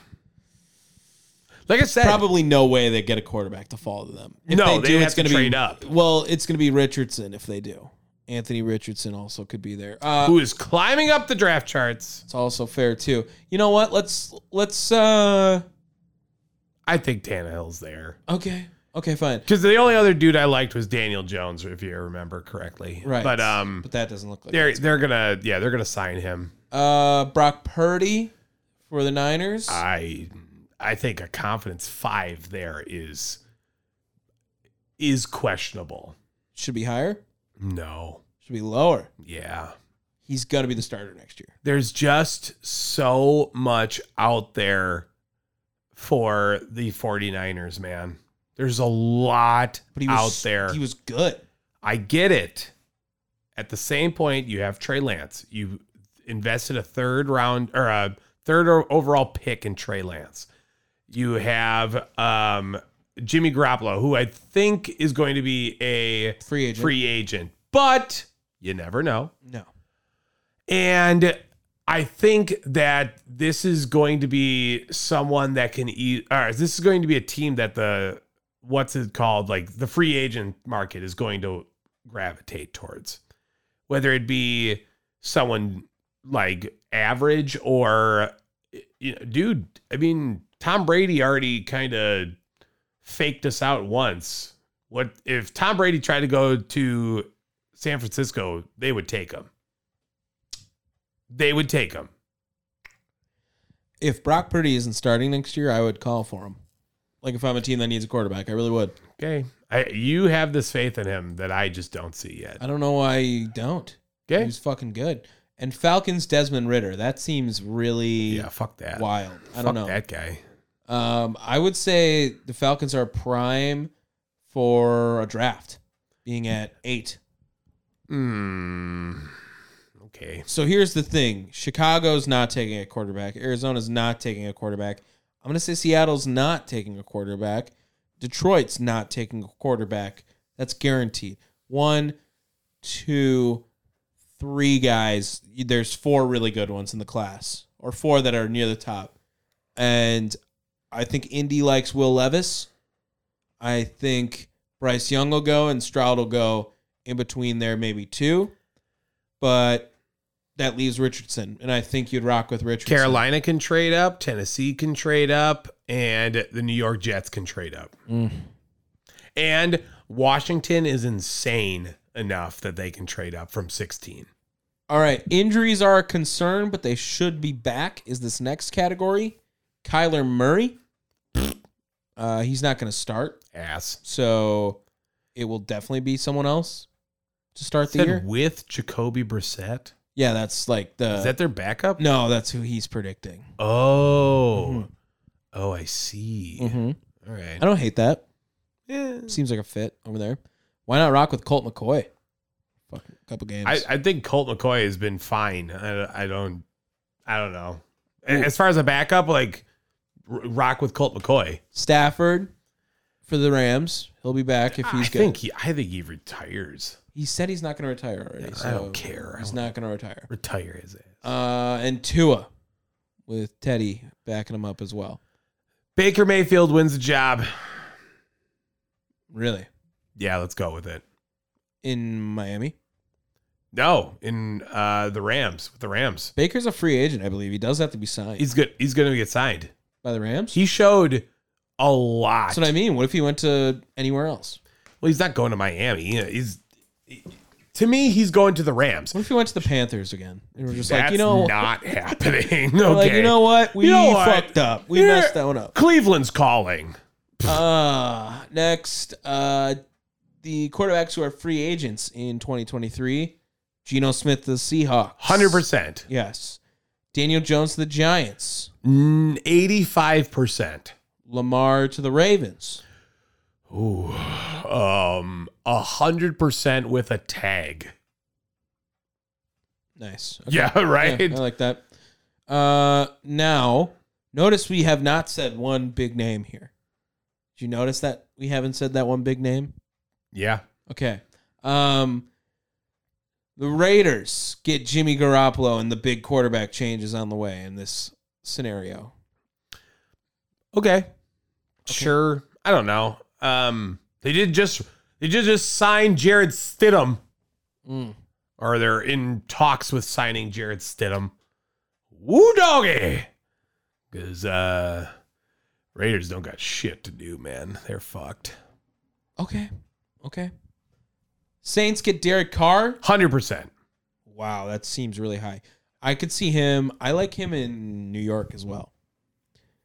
Like I said,
Probably no way they get a quarterback to fall to them.
No, they have to
gonna
trade
be,
up.
Well, it's going to be Richardson if they do. Anthony Richardson also could be there. Uh,
who is climbing up the draft charts?
it's also fair too. You know what? Let's let's. uh
I think Tannehill's there
Okay, okay, fine.
because the only other dude I liked was Daniel Jones, if you remember correctly.
Right,
but um,
but that doesn't look like.
they're
it.
they're gonna yeah they're gonna sign him.
Uh, Brock Purdy for the Niners.
I I think a confidence five there is is questionable.
Should be higher.
No.
Should be lower.
Yeah.
he's got to be the starter next year.
there's just so much out there for the 49ers, man. There's a lot
But he
out
was
there.
He was good.
I get it. At the same point, you have Trey Lance. You invested a third round or a third o- overall pick in Trey Lance. You have um, Jimmy Garoppolo, who I think is going to be a
Free agent.
free agent, but you never know.
No.
And I think that this is going to be someone that can eat, or this is going to be a team that the, what's it called? Like the free agent market is going to gravitate towards. Whether it be someone like average or, you know, dude, I mean, Tom Brady already kind of faked us out once. What if Tom Brady tried to go to San Francisco, they would take him they would take him.
If Brock Purdy isn't starting next year, I would call for him. Like if I'm a team that needs a quarterback, I really would.
Okay. I, you have this faith in him that I just don't see yet.
I don't know why you don't. He
Okay.
was fucking good. And Falcons Desmond Ritter. That seems really
Yeah, fuck that.
wild. I
Fuck
don't know.
that guy.
Um, I would say the Falcons are prime for a draft, being at eight.
Hmm. Okay.
So here's the thing: Chicago's not taking a quarterback. Arizona's not taking a quarterback. I'm gonna say Seattle's not taking a quarterback. Detroit's not taking a quarterback. That's guaranteed. One, two, three guys. There's four really good ones in the class, or four that are near the top. And I think Indy likes Will Levis. I think Bryce Young will go and Stroud will go in between there, maybe two. But that leaves Richardson. And I think you'd rock with Richardson.
Carolina can trade up. Tennessee can trade up. And the New York Jets can trade up.
Mm.
And Washington is insane enough that they can trade up from 16.
All right. Injuries are a concern, but they should be back. Is this next category? Kyler Murray. Uh, he's not going to start.
Ass.
So it will definitely be someone else to start the
Said
year.
with Jacoby Brissett.
Yeah, that's like the.
Is that their backup?
Uh, no, that's who he's predicting.
Oh. Oh, I see.
Mhm.
All right.
I don't hate that.
Yeah.
Seems like a fit over there. Why not rock with Colt McCoy? Fuck, a couple games.
I, I think Colt McCoy has been fine. I, I don't, I don't know. A- As far as a backup, like r- rock with Colt McCoy.
Stafford for the Rams. He'll be back if he's
I
good.
think he, I think he retires.
he said he's not going to retire already. So
I don't care. I
He's
don't-
not going to retire.
Retire his ass.
Uh, and Tua with Teddy backing him up as well.
Baker Mayfield wins the job.
Really
Yeah, let's go with it.
in Miami,
No, in uh the Rams with the Rams,
Baker's a free agent. I believe he does have to be signed
he's good. He's going to get signed.
by the Rams.
He showed a lot.
That's what I mean. What if he went to anywhere else?
Well, he's not going to Miami. You know, He's to me, he's going to the Rams.
What if he went to the Panthers again? And we're just
That's
like, you know,
not happening. Okay.
we're like you know what? We
You know what?
fucked up. We
Here-
messed that one up.
Cleveland's calling.
Uh, next, uh, the quarterbacks who are free agents in 2023 Geno Smith, the Seahawks.
100%.
Yes. Daniel Jones, the Giants.
Mm, 85%.
Lamar to the Ravens.
Ooh. Um 100% with a tag.
Nice.
Yeah, right.
Yeah, I like that. Uh, now, notice we have not said one big name here. Did you notice that we haven't said that one big name?
yeah.
Okay. Um the Raiders get Jimmy Garoppolo and the big quarterback changes on the way in this scenario.
Okay. Sure. I don't know. Um they did just they did just sign Jared Stidham
Mm.
or they're in talks with signing Jared Stidham. Woo doggy. Cuz uh Raiders don't got shit to do, man. They're fucked.
Okay. Okay. Saints get Derek Carr.
100%.
Wow, that seems really high. I could see him. I like him in New York as well.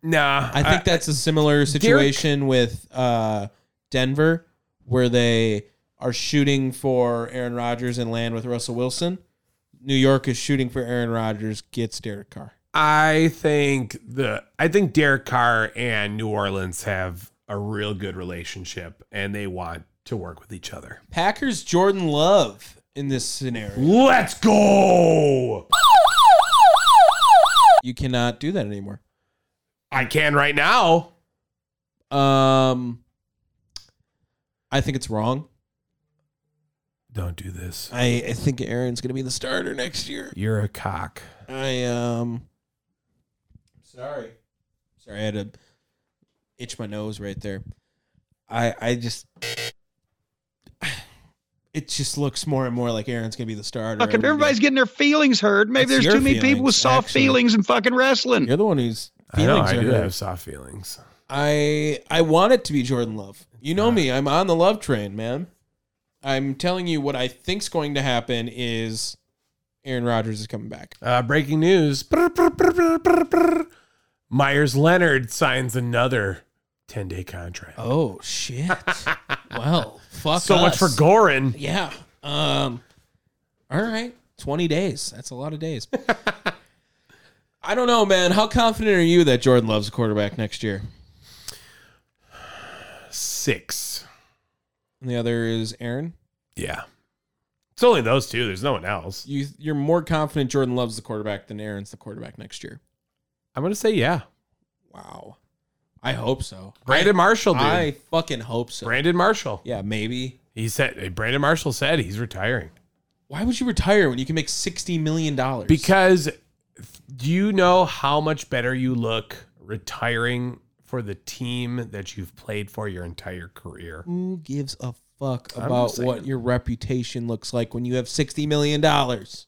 Nah.
I think that's a similar situation with uh, Denver, where they are shooting for Aaron Rodgers and land with Russell Wilson. New York is shooting for Aaron Rodgers gets Derek Carr.
I think the I think Derek Carr and New Orleans have a real good relationship, and they want to work with each other.
Packers Jordan Love in this scenario.
Let's go!
You cannot do that anymore.
I can right now.
Um I think it's wrong.
Don't do this.
I, I think Aaron's gonna be the starter next year.
You're a cock.
I um sorry. Sorry, I had to itch my nose right there. I I just it just looks more and more like Aaron's gonna be the starter.
Fucking
every
everybody's
day.
getting their feelings hurt. Maybe
That's
there's
your
too many people with
feelings,
soft
actually.
feelings in fucking wrestling.
You're the one who's
I know.
feelings
I
are
do
hurt.
have soft feelings.
I I want it to be Jordan Love. You know me. I'm on the love train, man. I'm telling you what I think's going to happen is Aaron Rodgers is coming back.
Uh, breaking news: Brr, brr, brr, brr, brr, brr. Myers Leonard signs another ten day contract.
Oh shit! well, fuck.
so
us.
much for Gorin.
Yeah. Um. All right. Twenty days. That's a lot of days. I don't know, man. How confident are you that Jordan Love's a quarterback next year?
Six.
And the other is Aaron.
Yeah. It's only those two. There's no one else.
You you're more confident Jordan Love's the quarterback than Aaron's the quarterback next year.
I'm gonna say yeah.
Wow. I hope so.
Brandon Marshall, Oh, dude.
I fucking hope so.
Brandon Marshall.
Yeah, maybe.
He said Brandon Marshall said he's retiring
Why would you retire when you can make sixty million dollars?
because do you know how much better you look retiring for the team that you've played for your entire career?
who gives a fuck
I'm
about
just saying.
what your reputation looks like when you have sixty million dollars?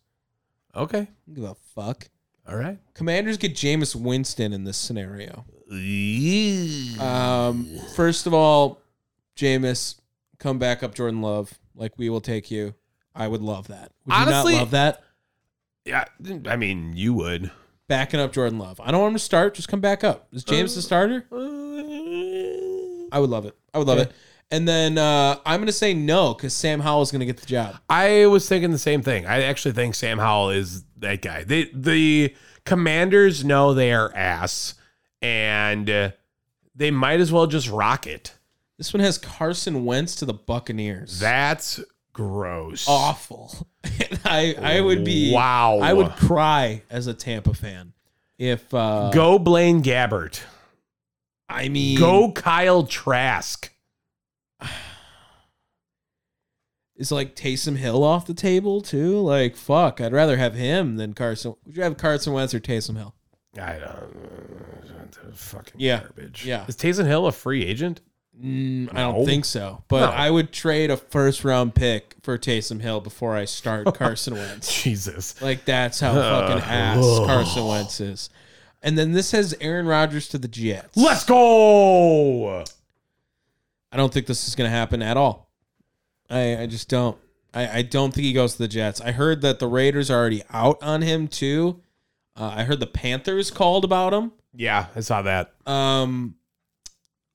Okay.
Give a fuck.
All right.
Commanders get Jameis Winston in this scenario.
Uh,
Um, first of all, Jameis, come back up, Jordan Love. Like we will take you. I would love that. Would
Honestly-
you not love that?
Yeah, I mean, you would.
Backing up Jordan Love. I don't want him to start. Just come back up. Is James
Um,
the starter?
Uh,
I would love it. I would love it. And then uh, I'm going to say no because Sam Howell's going to get the job.
I was thinking the same thing. I actually think Sam Howell is that guy. They, the commanders know they are ass, and uh, they might as well just rock it.
This one has Carson Wentz to the Buccaneers.
That's gross.
awful. And I I would be
Wow.
I would cry as a Tampa fan if uh,
Go Blaine Gabbert.
I mean
Go Kyle Trask.
is like Taysom Hill off the table too. Like fuck, I'd rather have him than Carson. Would you have Carson Wentz or Taysom Hill?
I don't. uh, Fucking
Yeah.
garbage.
Yeah.
Is Taysom Hill a free agent?
Mm, I don't
No.
think so. But
No.
I would trade a first round pick for Taysom Hill before I start Carson Wentz.
Jesus.
Like that's how fucking ass Carson Wentz is. And then this has Aaron Rodgers to the Jets.
Let's go.
I don't think this is going to happen at all. I, I just don't. I, I don't think he goes to the Jets. I heard that the Raiders are already out on him too. Uh, I heard the Panthers called about him.
Yeah, I saw that.
Um,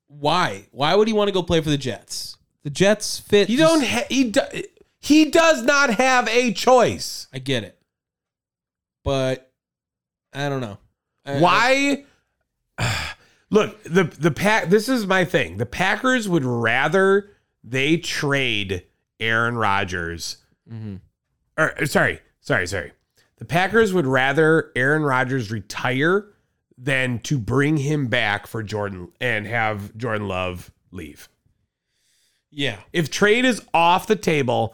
why? Why would he want to go play for the Jets? The Jets fit.
He
just-
don't. Ha- he do- he does not have a choice.
I get it, but I don't know. I-
Why? Look, the the pack. This is my thing. The Packers would rather they trade Aaron Rodgers.
Mhm.
Or uh, sorry, sorry, sorry. The Packers would rather Aaron Rodgers retire than to bring him back for Jordan and have Jordan Love leave.
yeah.
If trade is off the table,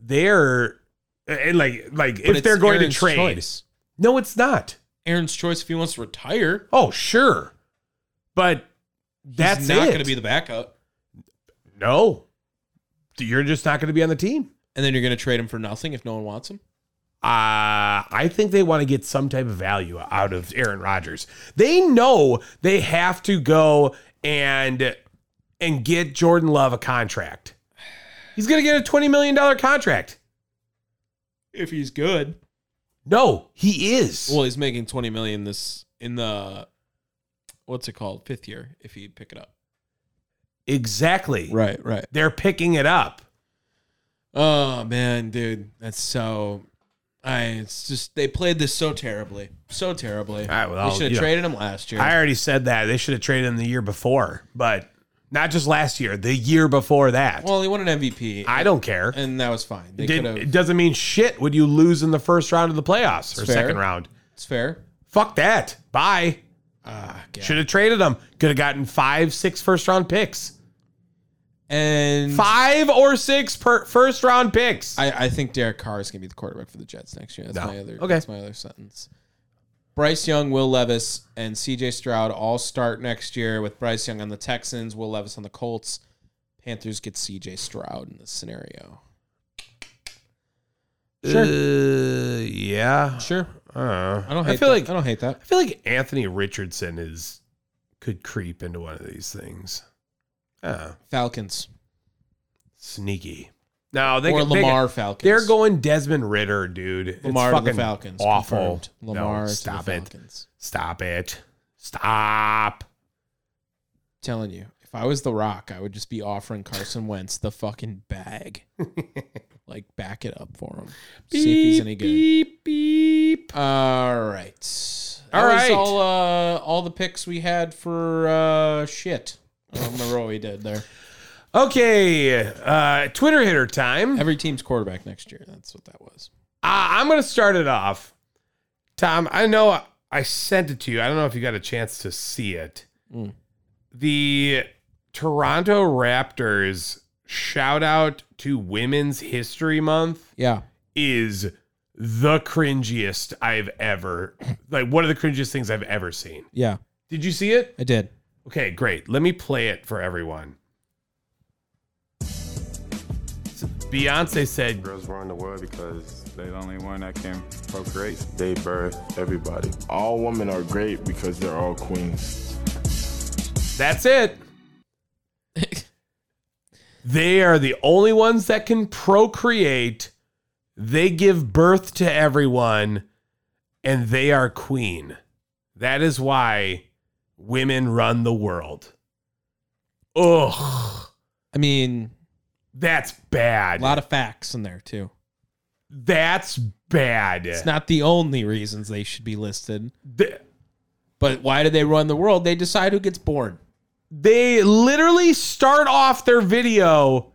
they're uh, and like like
But
if they're
it's
going
Aaron's
to trade.
choice.
No, it's not.
Aaron's choice if he wants to retire.
Oh, sure. But that's
He's not
it.
going to be the backup,
no. You're just not going to be on the team.
and then you're going to trade him for nothing if no one wants him.
Uh, I think they want to get some type of value out of Aaron Rodgers. They know they have to go and and get Jordan Love a contract. He's going to get a $20 million contract.
If he's good.
No, he is.
Well, he's making twenty million this in the what's it called fifth year if you pick it up.
exactly.
Right, right.
They're picking it up.
Oh man, dude, that's so. I it's just they played this so terribly, so terribly.
right, well,
we should
you
have
know,
traded him last year.
I already said that they should have traded him the year before, but not just last year, the year before that.
well, he won an MVP,
I don't care.
and that was fine. They could
Didn't- It
have.
doesn't mean shit. Would you lose in the first round of the playoffs or
fair.
second round?
It's fair.
Fuck that. Bye.
Ah, God.
Should have traded him. Could have gotten five, six first round picks.
and
Five or six per first round picks.
I, I think Derek Carr is going to be the quarterback for the Jets next year. That's
No.
my other.
Okay.
That's my other sentence. Bryce Young, Will Levis, and C.J. Stroud all start next year with Bryce Young on the Texans, Will Levis on the Colts. Panthers get C.J. Stroud in this scenario. Sure.
Uh, yeah.
Sure,
Uh,
I don't. Hate
I feel
that.
like
I don't hate that.
I feel like Anthony Richardson is could creep into one of these things. Oh,
Falcons
sneaky. No, they
or
could- they
Lamar
could-
Falcons.
They're going Desmond Ritter, dude.
Lamar
it's
to
fucking
the Falcons.
Awful.
Confirmed.
No,
Lamar to
stop
the
it.
Falcons.
Stop it. Stop.
Telling you, if I was The Rock, I would just be offering Carson Wentz the fucking bag. like back it up for him. See if he's any good.
Beep beep.
All right.
All
That was
right.
all uh, all the picks we had for uh, shit. I don't remember what we did there.
Okay, uh, Twitter hitter time. Uh,
Every team's quarterback next year. That's what that was.
I'm gonna start it off. Tom, I know I sent it to you. I don't know if you got a chance to see it.
Mm.
The Toronto Raptors shout out to Women's History Month.
Yeah.
is the cringiest I've ever like one of the cringiest things I've ever seen.
Yeah.
Did you see it?
I did.
Okay, great. Let me play it for everyone. Beyonce said,
Girls run the world because they're the only one that can procreate. They birth everybody. All women are great because they're all queens.
"That's it. They are the only ones that can procreate. They give birth to everyone and they are queen. That is why women run the world." Ugh.
I mean,
That's bad.
a lot of facts in there too.
That's bad.
It's not the only reasons they should be listed,
Th-
but why do they run the world? They decide who gets born.
they literally start off their video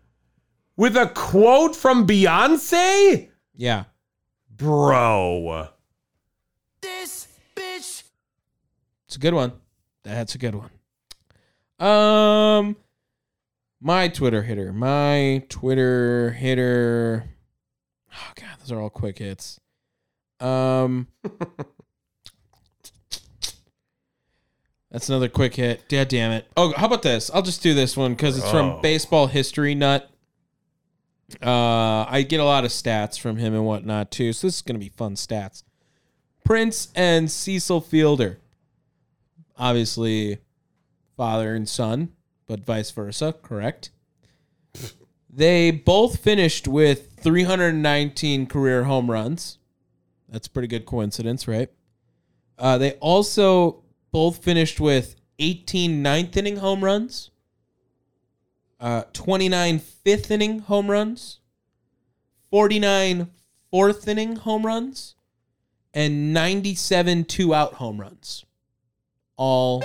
with a quote from Beyonce?
Yeah.
Bro.
It's a good one. That's a good one. Um, my Twitter hitter, my Twitter hitter. Oh god, those are all quick hits. Um, that's another quick hit. Yeah, damn it. Oh, how about this? I'll just do this one because it's
Oh.
from Baseball History Nut. Uh, I get a lot of stats from him and whatnot too, so this is gonna be fun stats. Prince and Cecil Fielder obviously father and son, but vice versa, correct? they both finished with 319 career home runs. That's a pretty good coincidence, right? Uh, they also both finished with 18 ninth inning home runs, uh, 29 fifth inning home runs, 49 fourth inning home runs, and 97 two out home runs. All,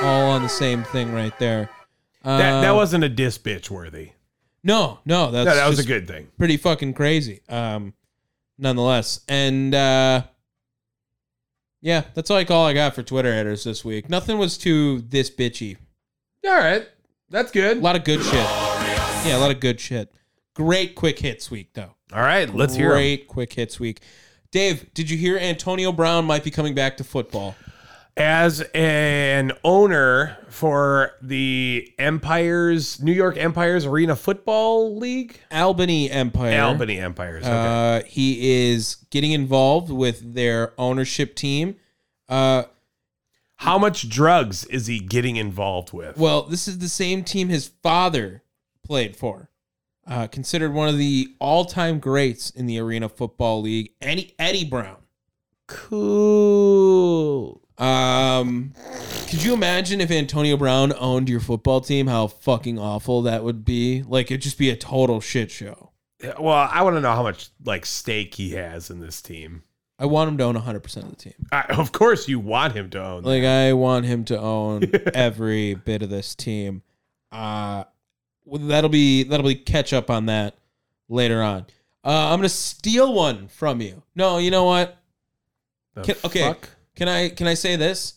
all on the same thing right there.
That, that
Uh,
wasn't a diss bitch worthy.
no, no, that's
No, that was a
just
good thing.
pretty fucking crazy. Um, nonetheless, and uh, yeah, that's like all I got for Twitter hitters this week. Nothing was too this bitchy.
All right. That's
A
good. All
lot of good shit. Yeah, a lot of good shit. Great quick hits week though.
right. Let's hear it.
Great quick hits week. Dave, did you hear Antonio Brown might be coming back to football?
As an owner for the Empire's New York Empire's Arena Football League,
Albany Empire.
Albany Empire's. Okay.
Uh, he is getting involved with their ownership team. Uh,
How much drugs is he getting involved with?
Well, this is the same team his father played for. Uh, considered one of the all-time greats in the Arena Football League, Eddie, Eddie Brown.
Cool.
Um, could you imagine if Antonio Brown owned your football team? How fucking awful that would be! Like it'd just be a total shit show.
Well, I want to know how much like stake he has in this team.
I want him to own 100% of the team.
I, of course, you want him to own. that.
Like I want him to own every bit of this team. Uh well, that'll be that'll be catch up on that later on. Uh, I'm gonna steal one from you. No, you know what?
The
Can, okay,
fuck?
can I can I say this?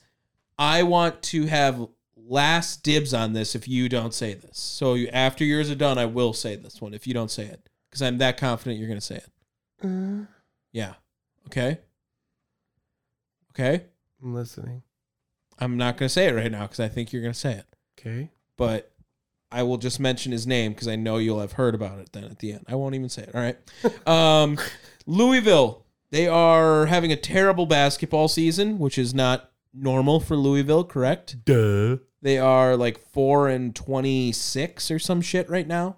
I want to have last dibs on this if you don't say this. So you, after yours are done, I will say this one if you don't say it because I'm that confident you're gonna say it.
Uh,
Yeah. Okay. Okay.
I'm listening.
I'm not gonna say it right now because I think you're gonna say it.
Okay.
But I will just mention his name because I know you'll have heard about it then at the end. I won't even say it. All right. Um, Louisville. They are having a terrible basketball season, which is not normal for Louisville, correct?
Duh.
They are like four and twenty six or some shit right now.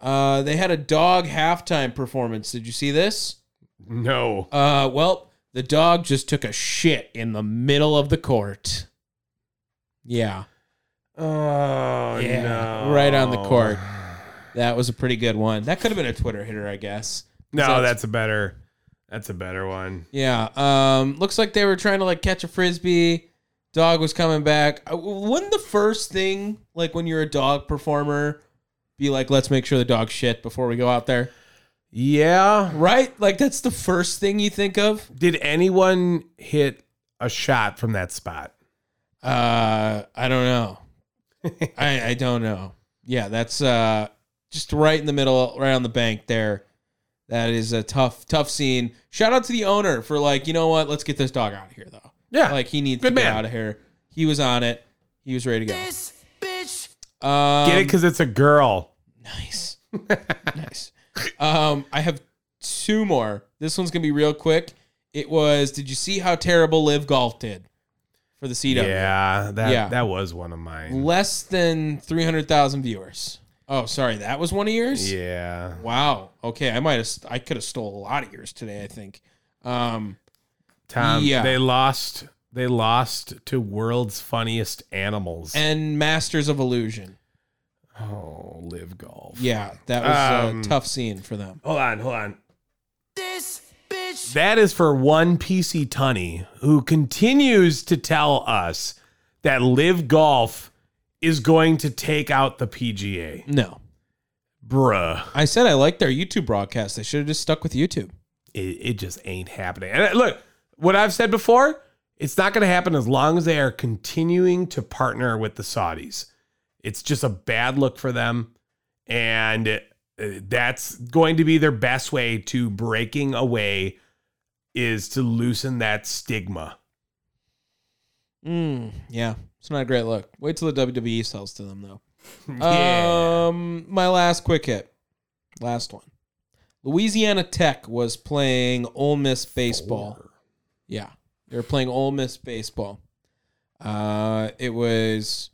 Uh, they had a dog halftime performance. Did you see this?
No.
Uh, well, the dog just took a shit in the middle of the court. Yeah,
Oh
yeah,
no.
right on the court. That was a pretty good one. That could have been a Twitter hitter, I guess.
No, that's a better. That's a better one.
Yeah. Um, looks like they were trying to like catch a frisbee. Dog was coming back. Uh, Wouldn't the first thing like when you're a dog performer be like, let's make sure the dog shit before we go out there,
Yeah.
right? Like that's the first thing you think of.
Did anyone hit a shot from that spot?
Uh, I don't know. I I don't know. Yeah, that's uh just right in the middle, right on the bank there. That is a tough, tough scene. Shout out to the owner for like, you know what? Let's get this dog out of here though.
Yeah.
Like he needs
Good
to get
man.
out of here. He was on it. He was ready to go. Um,
Get it because it's a girl.
nice, nice. Um, I have two more. This one's gonna be real quick. It was. Did you see how terrible Live Golf did for the CW?
Yeah. That
Yeah.
that was one of mine.
Less than three hundred thousand viewers. Oh, sorry, that was one of yours.
Yeah.
Wow. Okay, I might have. I could have stole a lot of yours today. I think. Um,
Tom,
Yeah.
they lost. They lost to world's funniest animals.
and Masters of Illusion.
oh, live golf.
Yeah, that was
Um,
a tough scene for them.
Hold on, hold on. This bitch. That is for one PC Tunney, who continues to tell us that Live Golf is going to take out the PGA.
No,
Bruh,
I said I liked their YouTube broadcast. They should have just stuck with YouTube.
it, it just ain't happening. And uh, look, what I've said before, it's not going to happen as long as they are continuing to partner with the Saudis. It's just a bad look for them. And uh, that's going to be their best way to breaking away is to loosen that stigma.
Mm, yeah, it's not a great look. Wait till the WWE sells to them, though.
Yeah.
Um, my last quick hit, last one. Louisiana Tech was playing Ole Miss baseball. Yeah, they were playing Ole Miss baseball. Uh, it was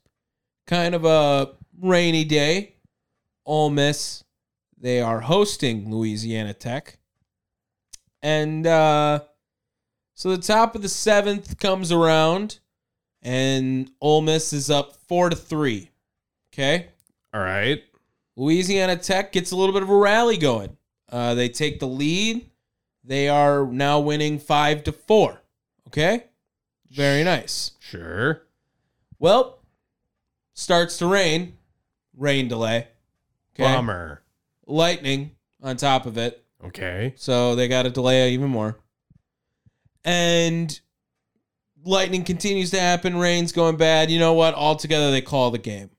kind of a rainy day. Ole Miss, they are hosting Louisiana Tech, and uh, so the top of the seventh comes around, and Ole Miss is up four to three. Okay.
All right.
Louisiana Tech gets a little bit of a rally going. Uh, they take the lead. They are now winning five to four. Okay, very nice.
Sure.
Well, starts to rain, rain delay, okay,
Bummer.
lightning on top of it,
Okay.
so they got to delay even more. And lightning continues to happen. Rain's going bad. You know what? Altogether, they call the game.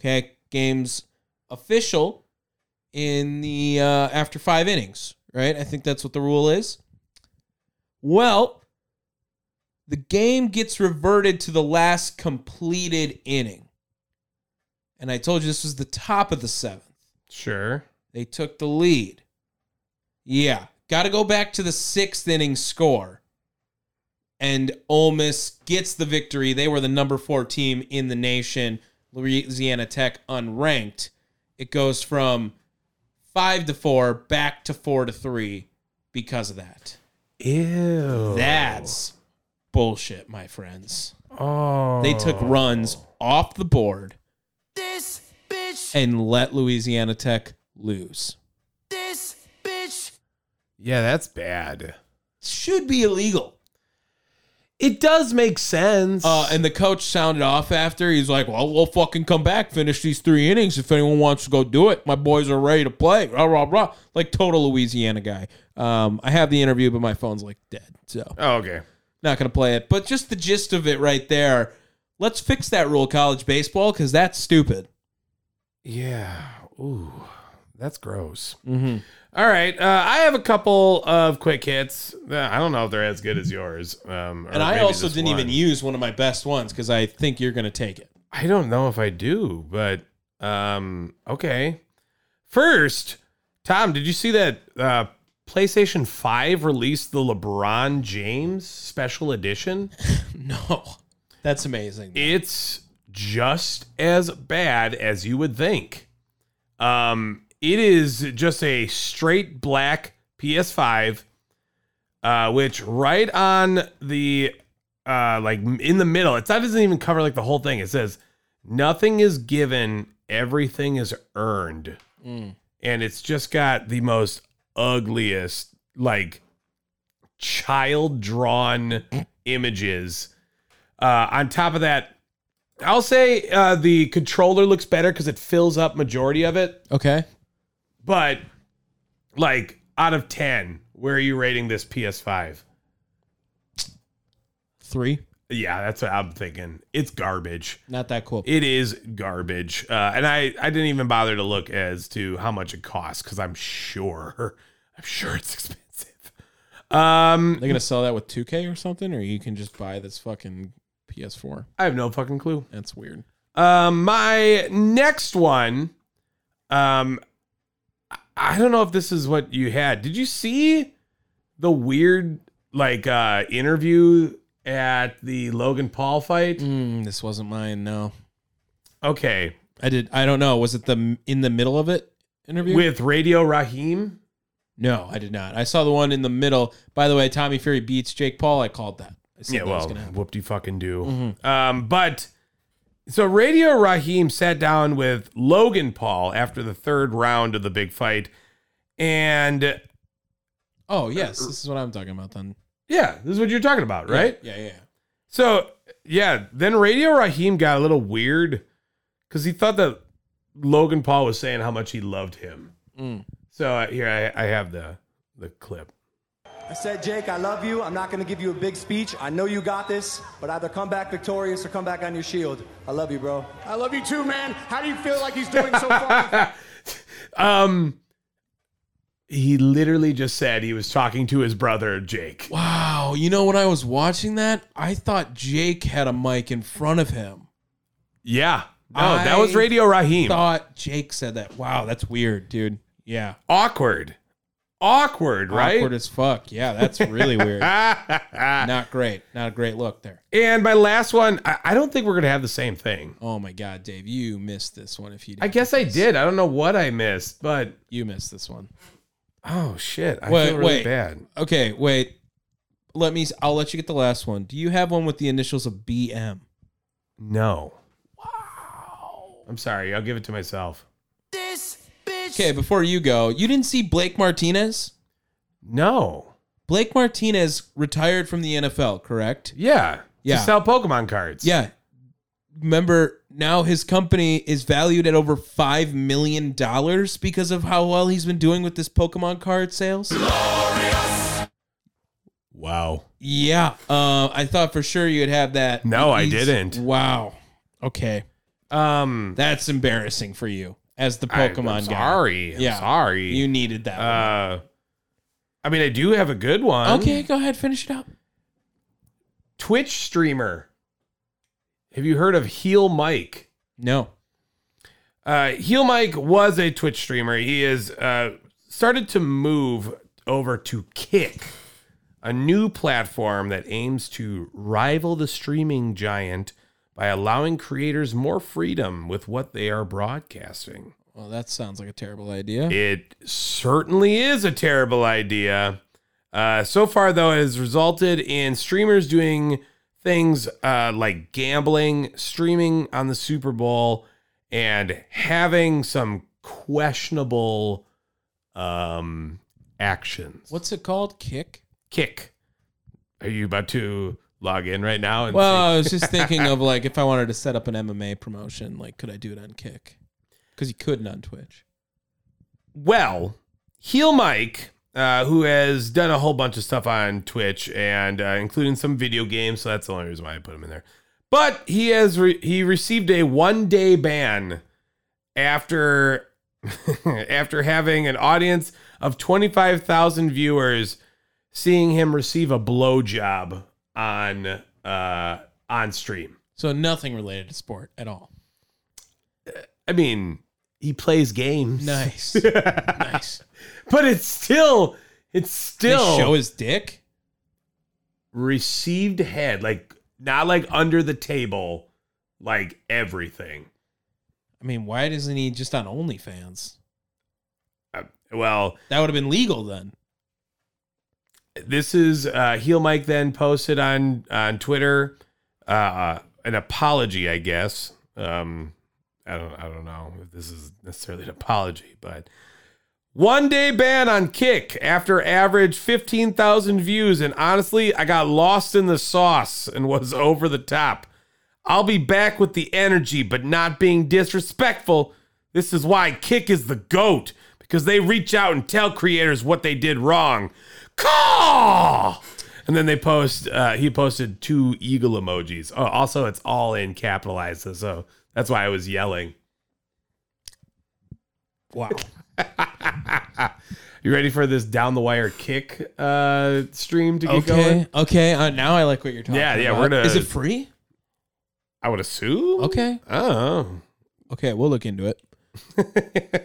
Okay, game's official in the uh, after five innings, right? I think that's what the rule is. Well, the game gets reverted to the last completed inning, and I told you this was the top of the seventh.
Sure.
They took the lead. Yeah. Got to go back to the sixth inning score. And Ole Miss gets the victory. They were the number four team in the nation. Louisiana Tech unranked. It goes from five to four back to four to three because of that. Oh.
Ew.
That's bullshit, my friends.
oh.
They took runs off the board. This bitch and let Louisiana Tech lose. This
Yeah, that's bad.
Should be illegal.
It does make sense.
Uh, and the coach sounded off after. He's like, "Well, we'll fucking come back, finish these three innings if anyone wants to go do it. My boys are ready to play." Rah rah rah. Like total Louisiana guy. Um, I have the interview, but my phone's like dead, so
oh, okay.
not gonna play it. But just the gist of it right there. Let's fix that rule, college baseball, because that's stupid.
Yeah. Ooh, that's gross. All right. Uh, I have a couple of quick hits. Uh, I don't know if they're as good as yours. Um, or
And I
maybe
also
just
didn't even
one.
use one of my best ones because I think you're gonna take it.
I don't know if I do, but um, okay. First, Tom, did you see that uh, PlayStation 5 released the LeBron James special edition?
No, that's amazing.
It's just as bad as you would think. Um, it is just a straight black PS5, uh, which right on the uh, like in the middle, it's not doesn't even cover like the whole thing. It says nothing is given, everything is earned,
Mm.
and it's just got the most ugliest like child drawn images. Uh, on top of that, I'll say uh, the controller looks better because it fills up majority of it.
Okay.
But like out of ten, where are you rating this PS5?
Three.
Yeah, that's what I'm thinking. It's garbage.
Not that cool.
It is garbage. Uh, and I I didn't even bother to look as to how much it costs because I'm sure I'm sure it's expensive. Um,
They're gonna sell that with 2K or something, or you can just buy this fucking PS4.
I have no fucking clue.
That's weird.
Um, my next one, um, I- I don't know if this is what you had. Did you see the weird like uh interview at the Logan Paul fight?
Mm, this wasn't mine. No,
Okay,
I did. I don't know. Was it the in the middle of it interview?
with Radio Raheem.
no, I did not. I saw the one in the middle. By the way, Tommy Fury beats Jake Paul. I called that. I said
Yeah,
that was
well,
gonna happen.
whoop de fucking do.
Mhm.
Um, but so Radio Raheem sat down with Logan Paul after the third round of the big fight, and
Oh yes, this is what I'm talking about then.
yeah, this is what you're talking about, right?
Yeah, yeah. yeah.
So yeah, then Radio Raheem got a little weird because he thought that Logan Paul was saying how much he loved him.
Mm.
So uh, here I, I have the the clip.
I said, Jake, I love you. I'm not going to give you a big speech. I know you got this, but either come back victorious or come back on your shield. I love you, bro.
I love you too, man. How do you feel like he's doing so far?
Um, he literally just said he was talking to his brother Jake.
Wow. You know when I was watching that, I thought Jake had a mic in front of him.
Yeah, no,
I
that was Radio Raheem.
Thought Jake said that. Wow, that's weird, dude. Yeah,
awkward, awkward, right?
awkward as fuck. Yeah, that's really weird. Not great. Not a great look there.
and my last one, I, I don't think we're gonna have the same thing.
Oh my god, Dave, you missed this one. If you, did.
I guess I did. I don't know what I missed, but
you missed this one.
oh shit, I
Wait,
feel really
wait.
bad.
Okay, wait. Let me. I'll let you get the last one. Do you have one with the initials of BM?
No. Wow. I'm sorry. I'll give it to myself.
Okay, before you go, you didn't see Blake Martinez.
No.
Blake Martinez retired from the NFL, correct?
Yeah.
Yeah.
To sell Pokemon cards.
Yeah. Remember, now his company is valued at over five million dollars because of how well he's been doing with this Pokemon card sales.
Wow.
Yeah, uh, I thought for sure you'd have that.
No, I
He's-
didn't.
Wow. Okay,
Um.
that's embarrassing for you as the
I-
Pokemon
I'm
guy.
Sorry. I'm
Yeah.
Sorry.
you needed that. one.
Uh. I mean, I do have a good one.
okay, go ahead, finish it up.
Twitch streamer. Have you heard of Heel Mike?
No.
Uh, Heel Mike was a Twitch streamer. He is uh, started to move over to Kick, a new platform that aims to rival the streaming giant by allowing creators more freedom with what they are broadcasting.
Well, that sounds like a terrible idea.
It certainly is a terrible idea. Uh, so far, though, it has resulted in streamers doing things uh, like gambling, streaming on the Super Bowl, and having some questionable um, actions.
What's it called? Kick?
kick? Are you about to log in right now? And
Well, I was just thinking of like if I wanted to set up an MMA promotion, like could I do it on Kick? Because you couldn't on Twitch.
Well, Heel Mike, uh, who has done a whole bunch of stuff on Twitch and uh, including some video games, so that's the only reason why I put him in there. But he has re- he received a one day ban after after having an audience of twenty five thousand viewers seeing him receive a blowjob on uh, on stream.
So nothing related to sport at all.
I mean, he plays games,
Nice, nice.
but it's still it's
They
still
show his dick.
received head, like not like under the table, like everything.
I mean, why doesn't he just on OnlyFans?
Uh, well,
That would have been legal then.
this is uh, heel Mike then posted on on Twitter uh, an apology, I guess. Um, I don't I don't know if this is necessarily an apology, but one day ban on Kick after average fifteen thousand views, and honestly, I got lost in the sauce and was over the top. I'll be back with the energy, but not being disrespectful. This is why Kick is the GOAT, because they reach out and tell creators what they did wrong. Caw! And then they post, uh, he posted two eagle emojis. Oh, also, it's all in capitalized, so that's why I was yelling.
Wow.
You ready for this down the wire kick uh, stream to get
Okay.
going?
Okay. Uh, now I like what you're talking.
Yeah, yeah,
about.
we're gonna-
Is it free?
I would assume.
Okay.
Oh.
Okay, we'll look into it.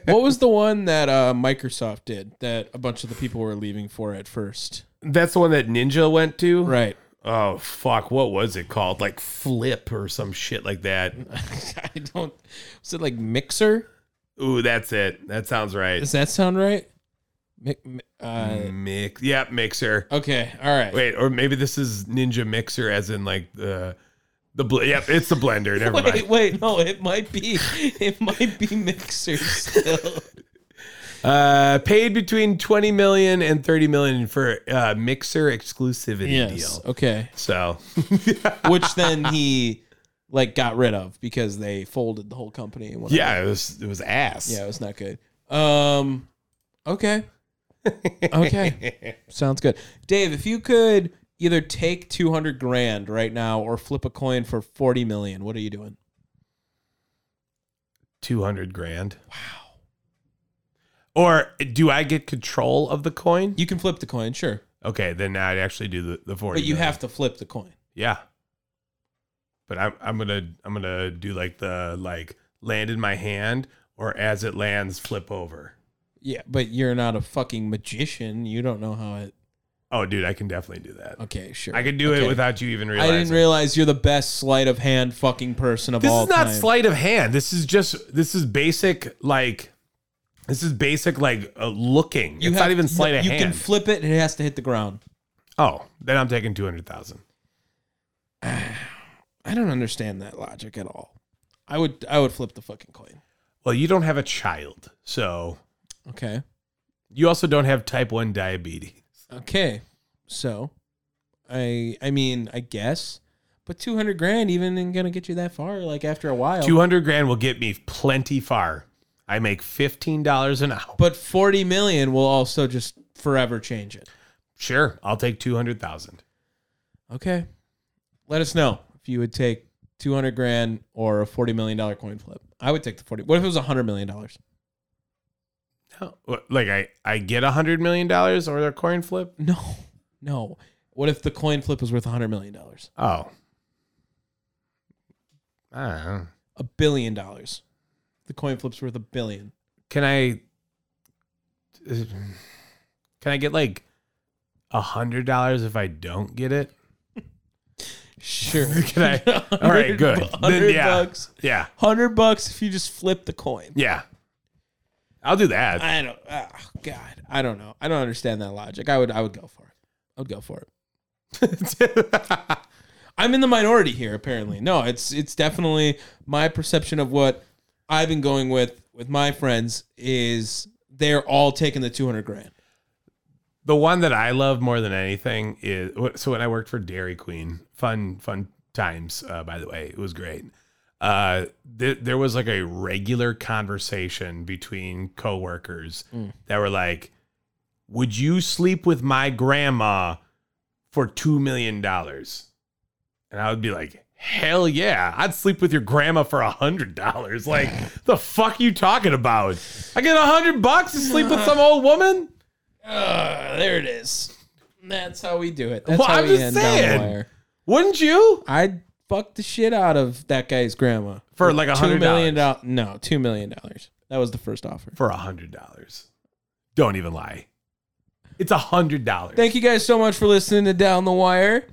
what was the one that uh, Microsoft did that a bunch of the people were leaving for at first?
That's the one that Ninja went to?
Right.
Oh fuck! What was it called? Like flip or some shit like that.
I don't. Was it like Mixer?
Ooh, that's it. That sounds right.
Does that sound right? Mi- mi- uh,
Mix. Yep, mixer.
okay. All right.
Wait, or maybe this is Ninja Mixer, as in like the the. Bl- yep, it's the blender. Never mind.
Wait, wait, no, it might be, it might be mixer still.
Uh, paid between twenty million and thirty million for uh, mixer exclusivity
yes.
deal.
Okay.
So
Which then he like got rid of because they folded the whole company. And whatever.
yeah, it was it was ass.
Yeah, it was not good. Um, okay. Okay. Sounds good. Dave, if you could either take 200 grand right now or flip a coin for 40 million, what are you doing?
two hundred grand. Wow. Or do I get control of the coin?
You can flip the coin, sure.
Okay, then I'd actually do the the forty.
But you
million.
have to flip the coin.
Yeah. But I'm I'm gonna I'm gonna do like the like land in my hand or as it lands flip over.
Yeah, but you're not a fucking magician. You don't know how it.
Oh, dude, I can definitely do that.
Okay, sure.
I could do
Okay.
it without you even
I
realizing.
didn't realize you're the best sleight of hand fucking person of
this
all
is not
time.
sleight of hand. This is just this is basic like this is basic like uh, looking.
You
it's
have-
not even sleight of
you
hand.
can flip it and it has to hit the ground.
oh, then I'm taking two hundred thousand.
I don't understand that logic at all. I would I would flip the fucking coin.
Well, you don't have a child, so
Okay.
you also don't have type one diabetes.
Okay. So I I mean, I guess. But two hundred grand even ain't gonna get you that far, like after a while.
Two hundred grand will get me plenty far. I make fifteen dollars an hour.
But forty million will also just forever change it.
Sure, I'll take two hundred thousand.
Okay. Let us know if you would take two hundred grand or a forty million dollar coin flip. I would take the forty what if it was hundred million dollars?
Like I, I get a hundred million dollars or a coin flip.
No. No. What if the coin flip was worth hundred million dollars?
Oh, I don't know.
A billion dollars. The coin flip's worth a billion.
Can I? uh, Can I get like a hundred dollars if I don't get it?
Sure.
Can I? All right, good. Then,
Hundred
yeah,
bucks.
yeah,
Hundred bucks if you just flip the coin.
yeah. I'll do that.
I don't. Oh God, I don't know. I don't understand that logic. I would. I would go for it. I would go for it. I'm in the minority here, apparently. No, it's it's definitely my perception of what I've been going with with my friends is they're all taking the 200 grand.
The one that I love more than anything is so when I worked for Dairy Queen, fun fun times. Uh, by the way, it was great. Uh, th- there was like a regular conversation between coworkers that were like, "Would you sleep with my grandma for two million dollars?" And I would be like, "Hell yeah, I'd sleep with your grandma for a hundred dollars." Like, the fuck you talking about? I get a hundred bucks to sleep with some old woman?
Uh, there it is. That's how we do it. That's
Well,
how
I'm
we
just
end
saying.
down the wire.
Wouldn't you?
I fucked the shit out of that guy's grandma
For like a
two
hundred
million
dollars.
dollars. No, two million dollars. That was the first offer.
For a hundred dollars. Don't even lie. It's a hundred dollars.
Thank you guys so much for listening to Down the Wire.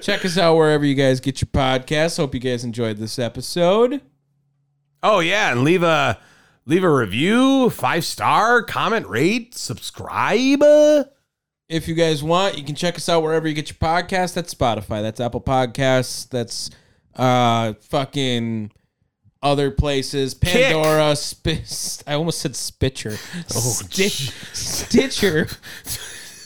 Check us out wherever you guys get your podcasts. Hope you guys enjoyed this episode.
Oh yeah, and leave a leave a review, five star, comment, rate, subscribe. Uh,
If you guys want, you can check us out wherever you get your podcasts. That's Spotify. That's Apple Podcasts. That's uh fucking other places. Pandora. Sp- I almost said Spitcher.
Oh,
Stitch, Stitcher.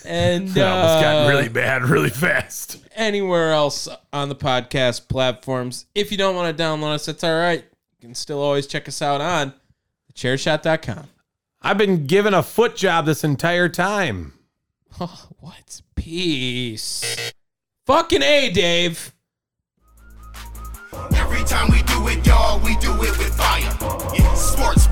And
That almost got
uh,
really bad really fast.
anywhere else on the podcast platforms. If you don't want to download us, that's all right. You can still always check us out on thechairshot.com.
I've been given a foot job this entire time.
Oh, what? Peace. Fucking A, Dave.
Every time we do it, y'all, we do it with fire. Yeah. Sports